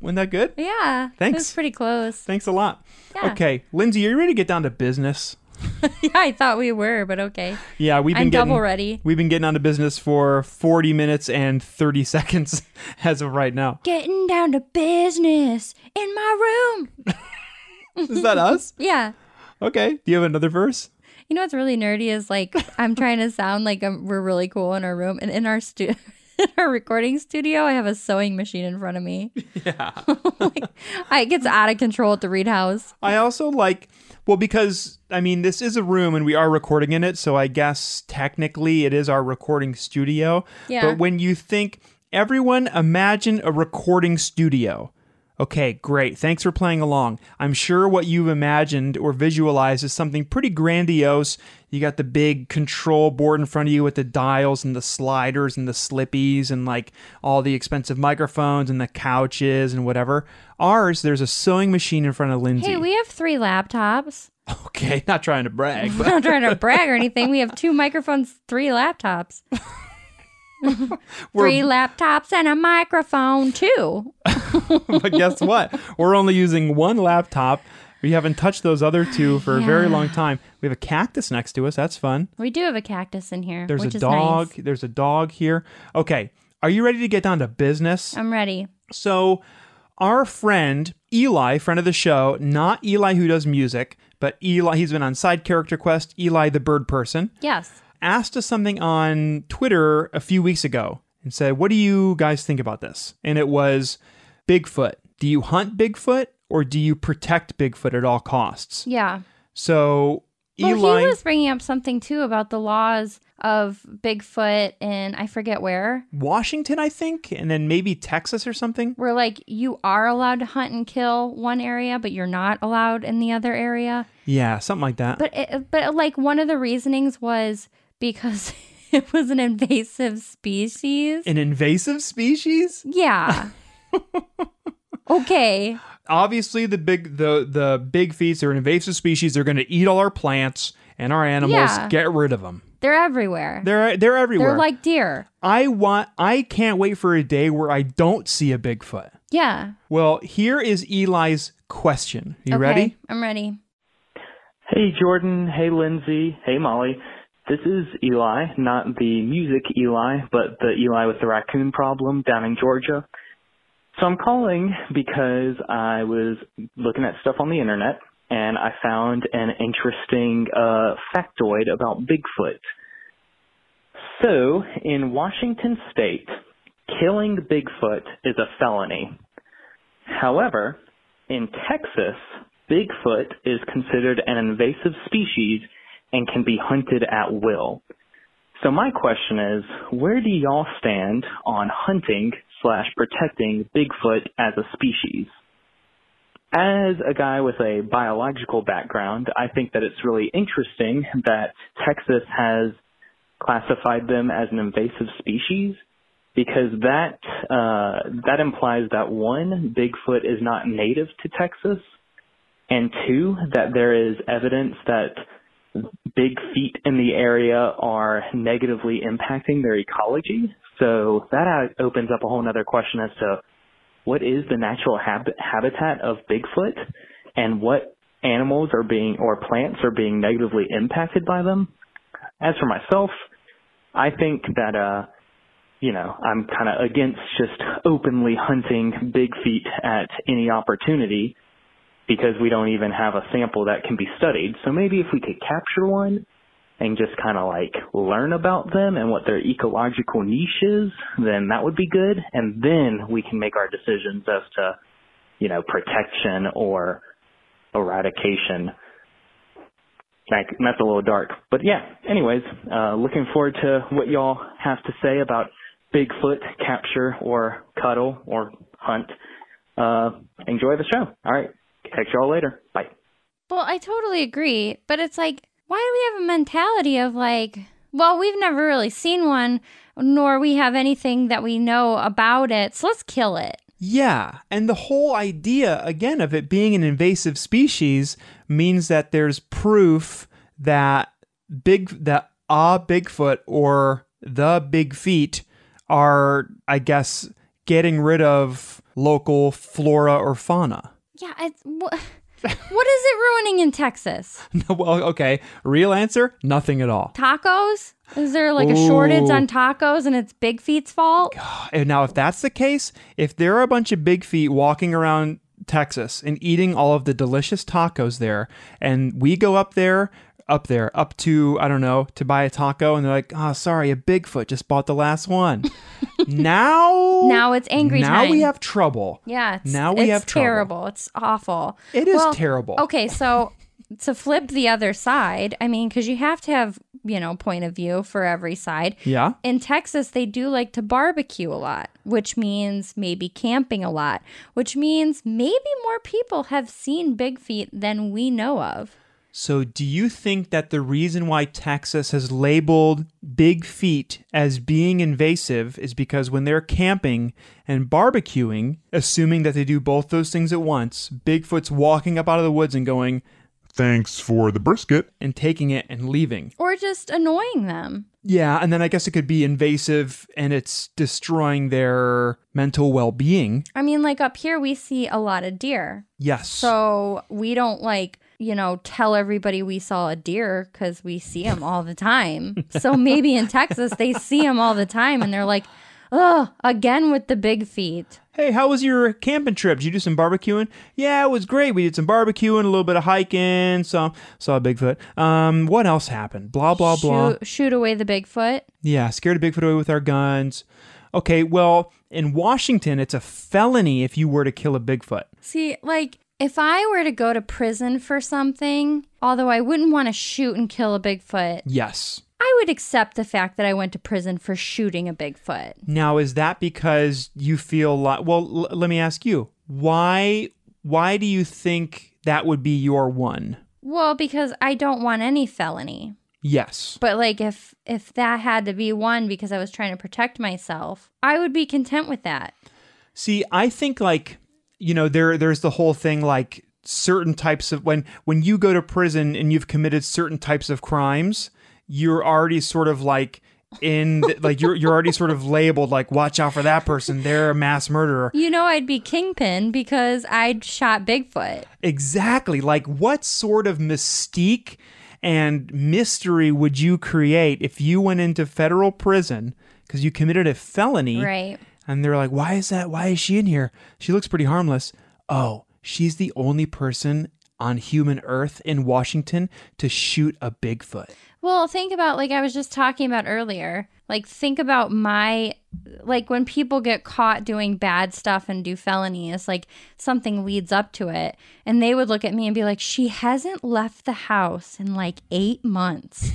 Wasn't that good? Yeah. It Thanks. was pretty close. Thanks a lot. Yeah. Okay, Lindsay, are you ready to get down to business? yeah, I thought we were, but okay. Yeah, we've been I'm getting double ready. We've been getting onto business for 40 minutes and 30 seconds as of right now. Getting down to business in my room. Is that us? Yeah. Okay. Do you have another verse? You know what's really nerdy is like I'm trying to sound like i we're really cool in our room and in our stu- in our recording studio I have a sewing machine in front of me. Yeah. I, it gets out of control at the Reed house. I also like, well, because I mean, this is a room and we are recording in it, so I guess technically it is our recording studio. Yeah. But when you think, everyone, imagine a recording studio. Okay, great. Thanks for playing along. I'm sure what you've imagined or visualized is something pretty grandiose. You got the big control board in front of you with the dials and the sliders and the slippies and like all the expensive microphones and the couches and whatever. Ours, there's a sewing machine in front of Lindsay. Hey, we have three laptops. Okay, not trying to brag, I'm but not trying to brag or anything. We have two microphones, three laptops. We're- Three laptops and a microphone, too. but guess what? We're only using one laptop. We haven't touched those other two for a very Yeah. long time. We have a cactus next to us. That's fun. We do have a cactus in here. There's which a is dog. Nice. There's a dog here. Okay. Are you ready to get down to business? I'm ready. So, our friend Eli, friend of the show, not Eli who does music, but Eli, he's been on Side Character Quest, Eli the Bird Person, Yes. asked us something on Twitter a few weeks ago and said, What do you guys think about this? And it was Bigfoot. Do you hunt Bigfoot or do you protect Bigfoot at all costs? Yeah. So, Eli. Well, he was bringing up something too about the laws of Bigfoot and I forget where. Washington, I think, and then maybe Texas or something. Where like you are allowed to hunt and kill one area, but you're not allowed in the other area. Yeah, something like that. But it, but like one of the reasonings was because it was an invasive species. An invasive species? yeah. okay. obviously the big the the big feet are an invasive species. They're going to eat all our plants and our animals. Yeah. Get rid of them. They're everywhere. They're, They're they're everywhere. like deer. I want. I can't wait for a day where I don't see a Bigfoot. Yeah. Well, here is Eli's question. You okay. ready? I'm ready. Hey Jordan, hey Lindsay, hey Molly. This is Eli, not the music Eli, but the Eli with the raccoon problem down in Georgia. So I'm calling because I was looking at stuff on the internet and I found an interesting uh, factoid about Bigfoot. So, in Washington state, killing Bigfoot is a felony. However, in Texas, Bigfoot is considered an invasive species and can be hunted at will. So my question is, where do y'all stand on hunting slash protecting Bigfoot as a species? As a guy with a biological background, I think that it's really interesting that Texas has classified them as an invasive species because that uh, that implies that one, Bigfoot is not native to Texas, and two, that there is evidence that big feet in the area are negatively impacting their ecology. So that out- opens up a whole other question as to what is the natural hab- habitat of Bigfoot, and what animals are being or plants are being negatively impacted by them. As for myself, I think that uh, you know, I'm kind of against just openly hunting big feet at any opportunity because we don't even have a sample that can be studied. So maybe if we could capture one and just kind of like learn about them and what their ecological niche is, then that would be good. And then we can make our decisions as to, you know, protection or eradication. Like, that's a little dark. But yeah, anyways, uh, looking forward to what y'all have to say about Bigfoot capture or cuddle or hunt. Uh, enjoy the show. All right. Catch y'all later. Bye. Well, I totally agree, but it's like, why do we have a mentality of like, well, we've never really seen one, nor we have anything that we know about it, so let's kill it. Yeah, and the whole idea again of it being an invasive species means that there's proof that big that a Bigfoot or the Big Feet are, I guess, getting rid of local flora or fauna. Yeah, it's, wha what is it ruining in Texas? well, okay, real answer, nothing at all. Tacos? Is there like a shortage on tacos and it's Big Feet's fault? And now, if that's the case, if there are a bunch of big feet walking around Texas and eating all of the delicious tacos there, and we go up there, up there, up to, I don't know, to buy a taco, and they're like, oh, sorry, a Bigfoot just bought the last one. now, Now it's angry Now time. we have trouble. Yeah, it's, now we it's have trouble. terrible. It's awful. It is terrible. Okay, so to flip the other side, I mean, because you have to have you know point of view for every side. Yeah. In Texas, they do like to barbecue a lot, which means maybe camping a lot, which means maybe more people have seen Big Feet than we know of. So, do you think that the reason why Texas has labeled big feet as being invasive is because when they're camping and barbecuing, assuming that they do both those things at once, Bigfoot's walking up out of the woods and going, thanks for the brisket. and taking it and leaving. Or just annoying them. Yeah, and then I guess it could be invasive and it's destroying their mental well being. I mean, like up here, we see a lot of deer. Yes. So we don't like, you know, tell everybody we saw a deer because we see them all the time. so maybe in Texas, they see them all the time and they're like, oh, again with the big feet. hey, how was your camping trip? Did you do some barbecuing? Yeah, it was great. We did some barbecuing, a little bit of hiking, some saw a Bigfoot. Um, what else happened? Blah blah blah. Shoot, shoot away the Bigfoot. Yeah, scared a Bigfoot away with our guns. Okay, well, in Washington, it's a felony if you were to kill a Bigfoot. See, like, if I were to go to prison for something, although I wouldn't want to shoot and kill a Bigfoot, Yes. I would accept the fact that I went to prison for shooting a Bigfoot. Now, is that because you feel like? Well, l- let me ask you why. Why do you think that would be your one? Well, because I don't want any felony. Yes. But like if if that had to be one because I was trying to protect myself, I would be content with that. See, I think like you know there there's the whole thing like certain types of when when you go to prison and you've committed certain types of crimes, you're already sort of like in the, like you're you're already sort of labeled like watch out for that person they're a mass murderer You know, I'd be kingpin because I'd shot Bigfoot. Exactly. Like, what sort of mystique and mystery would you create if you went into federal prison because you committed a felony? Right. And they're like, why is that? Why is she in here? She looks pretty harmless. Oh, she's the only person on human earth in Washington to shoot a Bigfoot. Well, think about like I was just talking about earlier. Like think about my like when people get caught doing bad stuff and do felonies, like something leads up to it. And they would look at me and be like, "She hasn't left the house in like 8 months.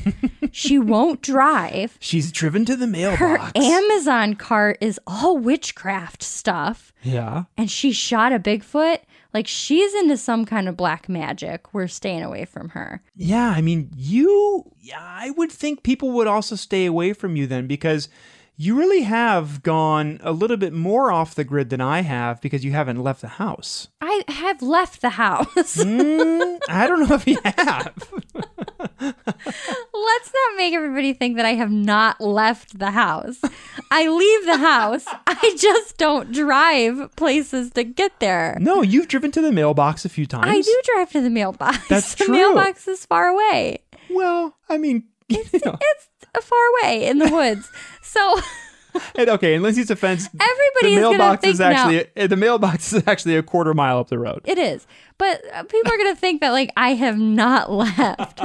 she won't drive. She's driven to the Her mailbox. Amazon cart is all witchcraft stuff, yeah. and she shot a Bigfoot. Like she's into some kind of black magic. We're staying away from her. Yeah, I mean, you, yeah, I would think people would also stay away from you then because you really have gone a little bit more off the grid than I have because you haven't left the house. I have left the house. Mm, I don't know if you have. Let's not make everybody think that I have not left the house. I leave the house. I just don't drive places to get there. No, you've driven to the mailbox a few times. I do drive to the mailbox. That's the true. mailbox is far away. Well, I mean, you know, It's far away in the woods. So and, okay, in Lindsay's offense, Everybody the is gonna mailbox is think now- actually eh, the mailbox is actually a quarter mile up the road. It is. But uh, people are going to think that, like, I have not left.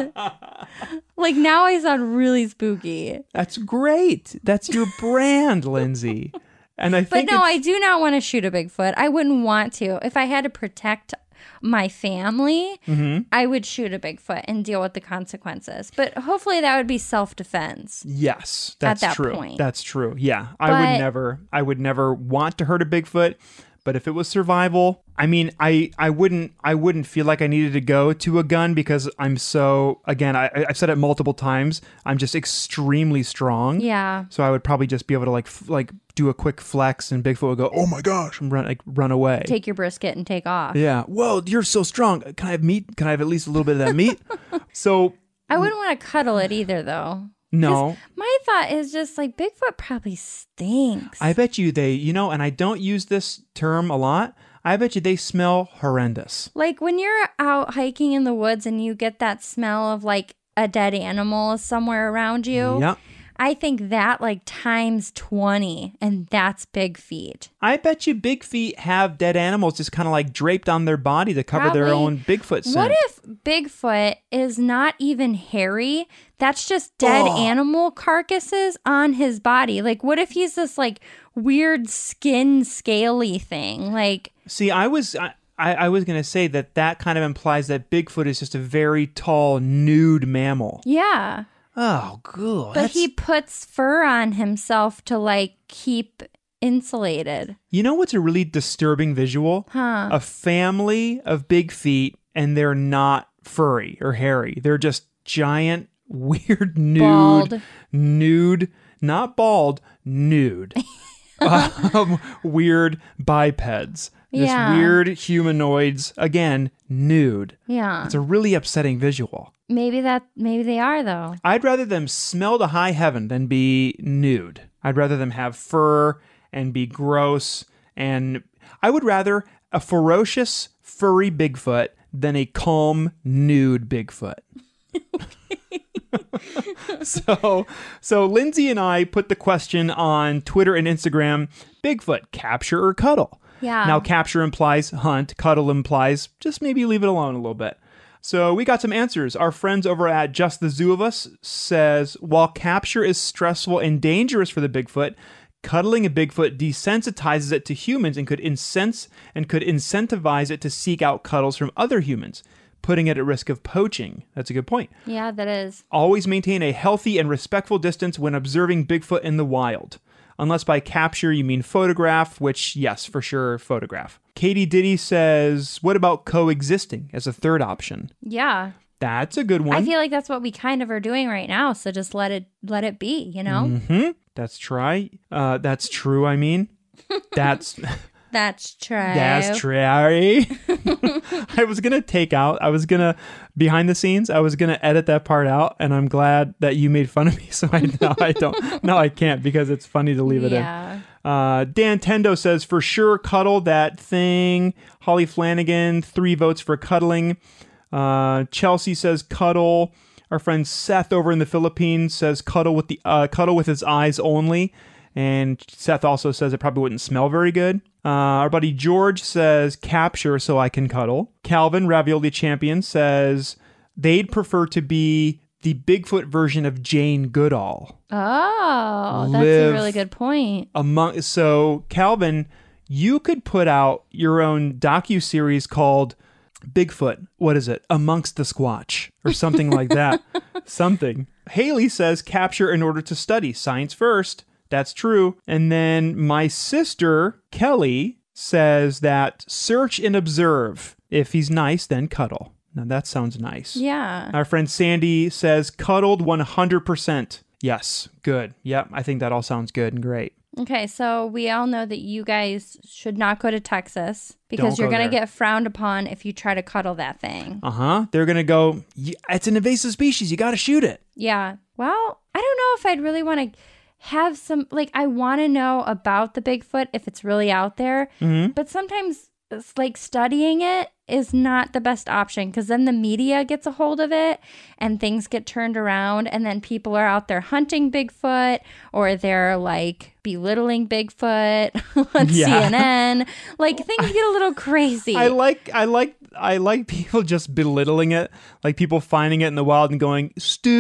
like, now I sound really spooky. That's great. That's your brand, Lindsay. And I But think no, it's- I do not want to shoot a Bigfoot. I wouldn't want to. If I had to protect my family, Mm-hmm. I would shoot a Bigfoot and deal with the consequenses. But hopefully that would be self defense. Yes, that's that true. point. That's true. Yeah, I But- would never. I would never want to hurt a Bigfoot. But if it was survival, I mean, I I wouldn't I wouldn't feel like I needed to go to a gun because I'm so again I I- I've said it multiple times. I'm just extremely strong. Yeah. So I would probably just be able to like f- like do a quick flex and Bigfoot would go oh Oh my gosh. and run like run away. Take your brisket and take off. yeah. Whoa, you're so strong. Can I have meat? Can I have at least a little bit of that meat? so I wouldn't want to cuddle it either, though. no. My thought is just like Bigfoot probably stinks. I bet you they, you know, and I don't use this term a lot. I bet you they smell horrendous. Like when you're out hiking in the woods and you get that smell of like a dead animal somewhere around you. Yeah. I think that like times 20 and that's big feet. I bet you big feet have dead animals just kind of like draped on their body to cover their Probably. own Bigfoot scent. What if Bigfoot is not even hairy? That's just dead animal carcasses on his body. Like what if he's this like weird skin scaly thing? Like See, I was I, I I was gonna say that that kind of implies that Bigfoot is just a very tall nude mammal. yeah. Oh, good. But he puts fur on himself to like keep insulated. You know what's a really disturbing visual? Huh. A family of big feet, and they're not furry or hairy. They're just giant, weird, nude, Bald. nude, not bald, nude, um, weird bipeds. This Yeah. weird humanoids again nude. Yeah. It's a really upsetting visual. maybe that maybe they are though. I'd rather them smell to high heaven than be nude. I'd rather them have fur and be gross. And I would rather a ferocious, furry Bigfoot than a calm, nude Bigfoot. so, so Lindsay and I put the question on Twitter and Instagram Bigfoot, capture or cuddle? Yeah. Now, capture implies hunt, cuddle implies just maybe leave it alone a little bit. So we got some answers. Our friends over at Just the Zoo of Us says while capture is stressful and dangerous for the Bigfoot, cuddling a Bigfoot desensitizes it to humans and could incense and could incentivize it to seek out cuddles from other humans, putting it at risk of poaching. That's a good point. Yeah, that is. Always maintain a healthy and respectful distance when observing Bigfoot in the wild. Unless by capture you mean photograph, which, yes, for sure, photograph. Katie Diddy says, What about coexisting as a third option? Yeah. That's a good one. I feel like that's what we kind of are doing right now, so just let it let it be, you know? hmm? That's try. Uh, that's true, I mean. That's That's true. that's true. I was gonna take out I was gonna behind the scenes, I was gonna edit that part out, and I'm glad that you made fun of me, so I now I don't now I can't because it's funny to leave it in. Yeah. Uh, Dan Tendo says for sure cuddle that thing. Holly Flanagan three votes for cuddling. Uh, Chelsea says cuddle. Our friend Seth over in the Philippines says cuddle with the uh, cuddle with his eyes only. And Seth also says it probably wouldn't smell very good. Uh, our buddy George says capture so I can cuddle. Calvin Ravioli Champion says they'd prefer to be the Bigfoot version of Jane Goodall Oh, that's a Live- really good point. among so Calvin, you could put out your own docu series called Bigfoot. What is it? Amongst the Squatch or something like that. something. Haley says capture in order to study science first. That's true. And then my sister Kelly says that search and observe. If he's nice, then cuddle. Now that sounds nice. Yeah. Our friend Sandy says cuddled 100%. Yes, good. Yep, I think that all sounds good and great. Okay, so we all know that you guys should not go to Texas because Don't you're go going to there. get frowned upon if you try to cuddle that thing. Uh huh. They're gonna go. "Y- It's an invasive species. You gotta shoot it. Yeah. Well, I don't know if I'd really want to have some, like, I want to know about the Bigfoot if it's really out there. Mm-hmm. But sometimes, it's like, studying it is not the best option because then the media gets a hold of it and things get turned around. And then people are out there hunting Bigfoot or they're like belittling Bigfoot on Yeah. CNN. Like, things get a little crazy. I like. I like. I like people just belittling it, like people finding it in the wild and going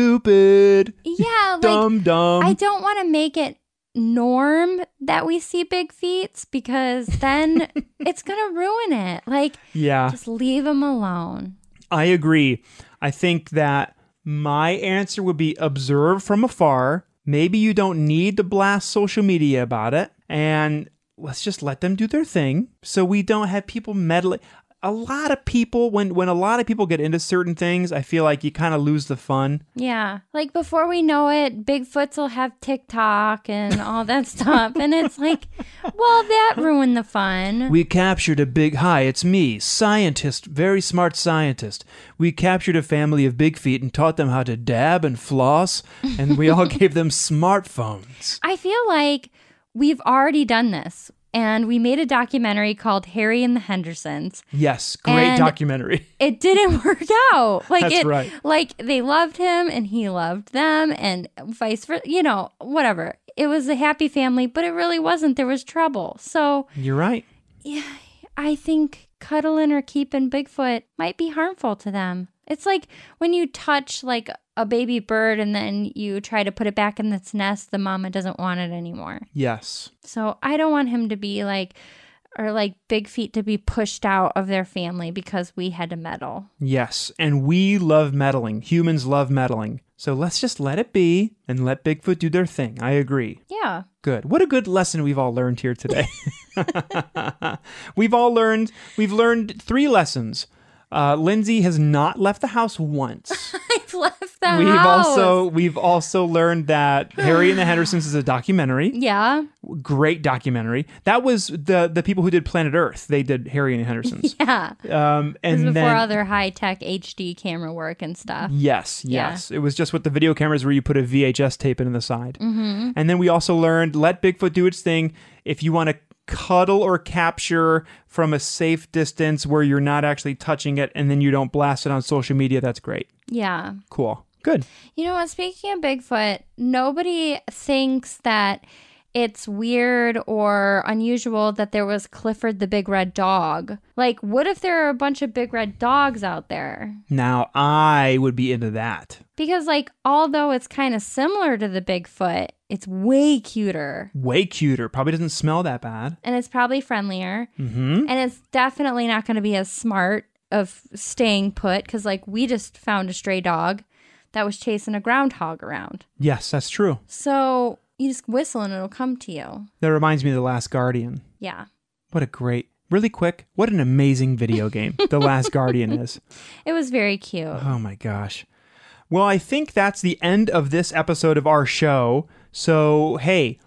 stupid, yeah. Like, dumb, dumb. I don't want to make it norm that we see big feet because then it's going to ruin it. Like, yeah, just leave them alone. I agree. I think that my answer would be observe from afar. Maybe you don't need to blast social media about it, and let's just let them do their thing, so we don't have people meddling. A lot of people, when when a lot of people get into certain things, I feel like you kind of lose the fun. Yeah. Like, before we know it, Bigfoots will have TikTok and all that stuff. And it's like, well, that ruined the fun. We captured a big hi, it's me, scientist, very smart scientist. We captured a family of big feet and taught them how to dab and floss, and we all gave them smartphones. I feel like we've already done this. And we made a documentary called Harry and the Hendersons. Yes, great And- documentary. it didn't work out. Like That's it, right. like they loved him and he loved them and vice versa. You know, whatever. It was a happy family, but it really wasn't. There was trouble. So You're right. I think cuddling or keeping Bigfoot might be harmful to them. It's like when you touch like a baby bird and then you try to put it back in its nest, the mama doesn't want it anymore. Yes. So I don't want him to be like or like big feet to be pushed out of their family because we had to meddle. Yes. And we love meddling. Humans love meddling. So let's just let it be and let Bigfoot do their thing. I agree. Yeah. Good. What a good lesson we've all learned here today. we've all learned we've learned three lessons. Uh, Lindsay has not left the house once. I've left the We've house. also we've also learned that Harry and the Hendersons is a documentary, yeah. great documentary. That was the the people who did Planet Earth. They did Harry and the Hendersons. Yeah. Um, This and is before then other high tech HD camera work and stuff. Yes, Yeah. yes. It was just with the video cameras where you put a VHS tape into the side. Mm-hmm. And then we also learned let Bigfoot do its thing. If you want to cuddle or capture from a safe distance where you're not actually touching it and then you don't blast it on social media, that's great. Yeah. Cool. Good. You know what? Speaking of Bigfoot, nobody thinks that it's weird or unusual that there was Clifford the Big Red Dog. Like, what if there are a bunch of big red dogs out there? Now I would be into that. Because, like, although it's kind of similar to the Bigfoot, it's way cuter Way cuter. Probably doesn't smell that bad. and it's probably friendlier. Mm-hmm. And it's definitely not going to be as smart of staying put because, like, we just found a stray dog that was chasing a groundhog around. Yes, that's true. So you just whistle and it'll come to you. That reminds me of The Last Guardian. Yeah. What a great, really quick, what an amazing video game The Last Guardian is. It was very cute. Oh my gosh. Well, I think that's the end of this episode of our show. So, hey,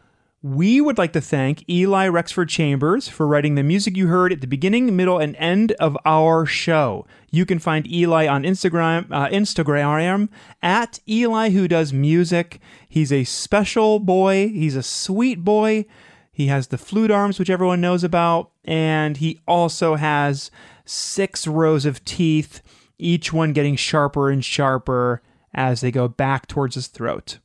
we would like to thank Eli Rexford Chambers for writing the music you heard at the beginning, middle, and end of our show. You can find Eli on Instagram, uh, Instagram at Eli Who Does Music. He's a special boy. He's a sweet boy. He has the flute arms, which everyone knows about, and he also has six rows of teeth, each one getting sharper and sharper as they go back towards his throat.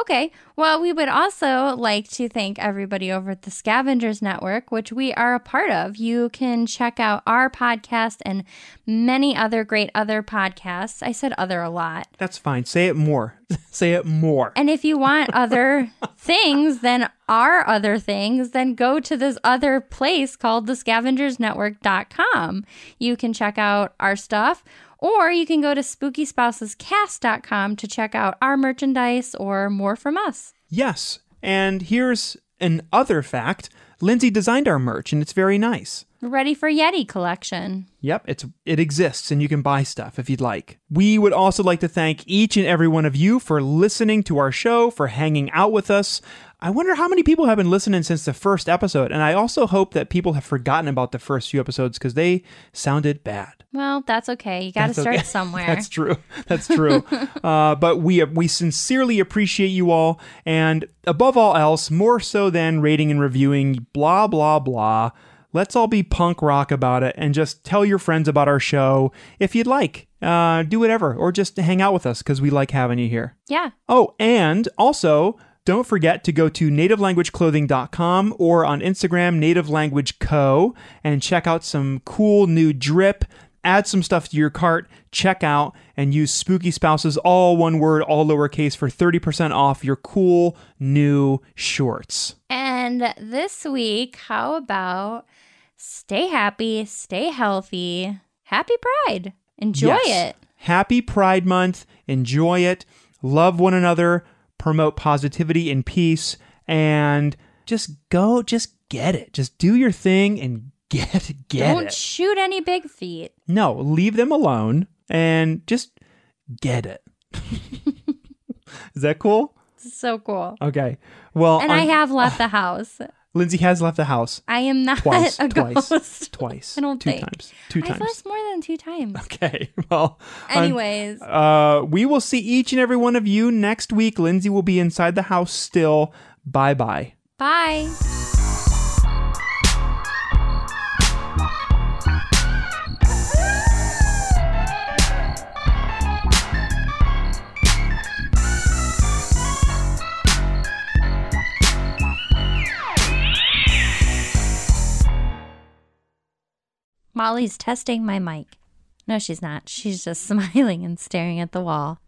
Okay. Well, we would also like to thank everybody over at the Scavengers Network, which we are a part of. You can check out our podcast and many other great other podcasts. I said other a lot. That's fine. Say it more. Say it more. And if you want other things than our other things, then go to this other place called thescavengersnetwork.com. You can check out our stuff, or you can go to spookyspousescast.com to check out our merchandise or more from us. Yes. And here's an other fact Lindsay designed our merch, and it's very nice. Ready for Yeti collection. Yep, it's it exists and you can buy stuff if you'd like. We would also like to thank each and every one of you for listening to our show, for hanging out with us. I wonder how many people have been listening since the first episode, and I also hope that people have forgotten about the first few episodes because they sounded bad. Well, that's okay. You got to That's start okay. somewhere. That's true. That's true. uh, but we we sincerely appreciate you all, and above all else, more so than rating and reviewing, blah blah blah. Let's all be punk rock about it, and just tell your friends about our show if you'd like. Uh, do whatever, or just hang out with us because we like having you here. yeah. Oh, and also, don't forget to go to nativelanguageclothing.com or on Instagram, Native Language Co., and check out some cool new drip. Add some stuff to your cart, check out, and use Spooky Spouses, all one word, all lowercase, for 30% off your cool new shorts. And this week, how about stay happy, stay healthy, happy pride. Enjoy Yes. it. Happy Pride Month. Enjoy it. Love one another. Promote positivity and peace. And just go, just get it. Just do your thing and get get Don't it. shoot any big feet. no, leave them alone and just get it. Is that cool? It's so cool. Okay. Well, And I on- have left the house. Lindsay has left the house I am not twice, a twice, ghost. twice. I don't two think. times. Two I've times. left more than two times. Okay. Well, on- Anyways, Uh, we will see each and every one of you next week. Lindsay will be inside the house still. Bye bye. bye. Molly's testing my mic. No, she's not. She's just smiling and staring at the wall.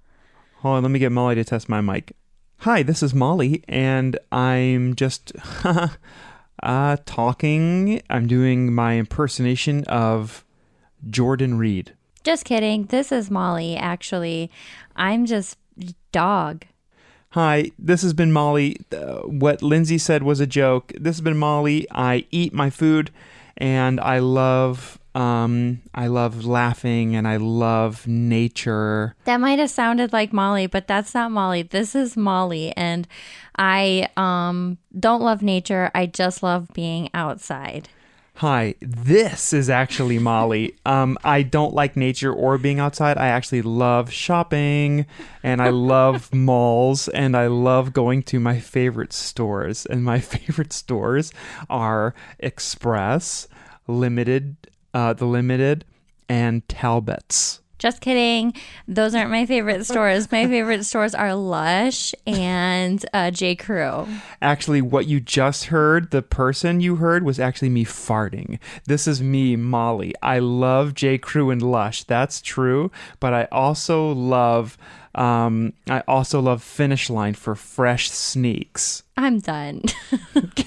Hold on, let me get Molly to test my mic. Hi, this is Molly, and I'm just uh, talking. I'm doing my impersonation of Jordan Reed. Just kidding. This is Molly, actually. I'm just dog. Hi, this has been Molly. Uh, what Lindsay said was a joke. This has been Molly. I eat my food and I love Um, I love laughing and I love nature. That might have sounded like Molly, but that's not Molly. This is Molly and I um don't love nature. I just love being outside. Hi, this is actually Molly. Um, I don't like nature or being outside. I actually love shopping and I love malls and I love going to my favorite stores. And my favorite stores are Express, Limited, uh, The Limited, and Talbot's. Just kidding. Those aren't my favorite stores. My favorite stores are Lush and uh, J. Crew. Actually, what you just heard, the person you heard was actually me farting. This is me, Molly. I love J. Crew and Lush. That's true, but I also love um I also love Finish Line for fresh sneaks. I'm done.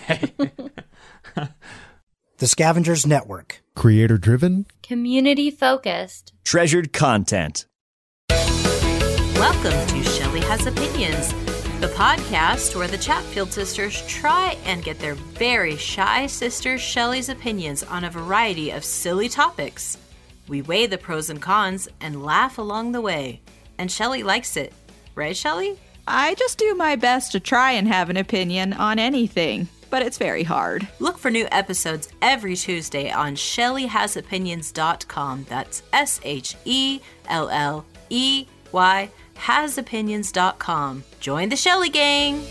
The Scavengers Network. Creator driven? Community focused. Treasured content. Welcome to Shelly Has Opinions, the podcast where the Chatfield sisters try and get their very shy sister Shelly's opinions on a variety of silly topics. We weigh the pros and cons and laugh along the way. And Shelly likes it. Right, Shelly? I just do my best to try and have an opinion on anything, but it's very hard. Look for new episodes every Tuesday on ShellyHasOpinions.com. That's S H E L L E Y HasOpinions.com. Join the Shelly Gang!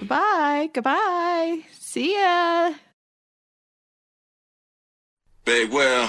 Goodbye. Goodbye. See ya. Big Will.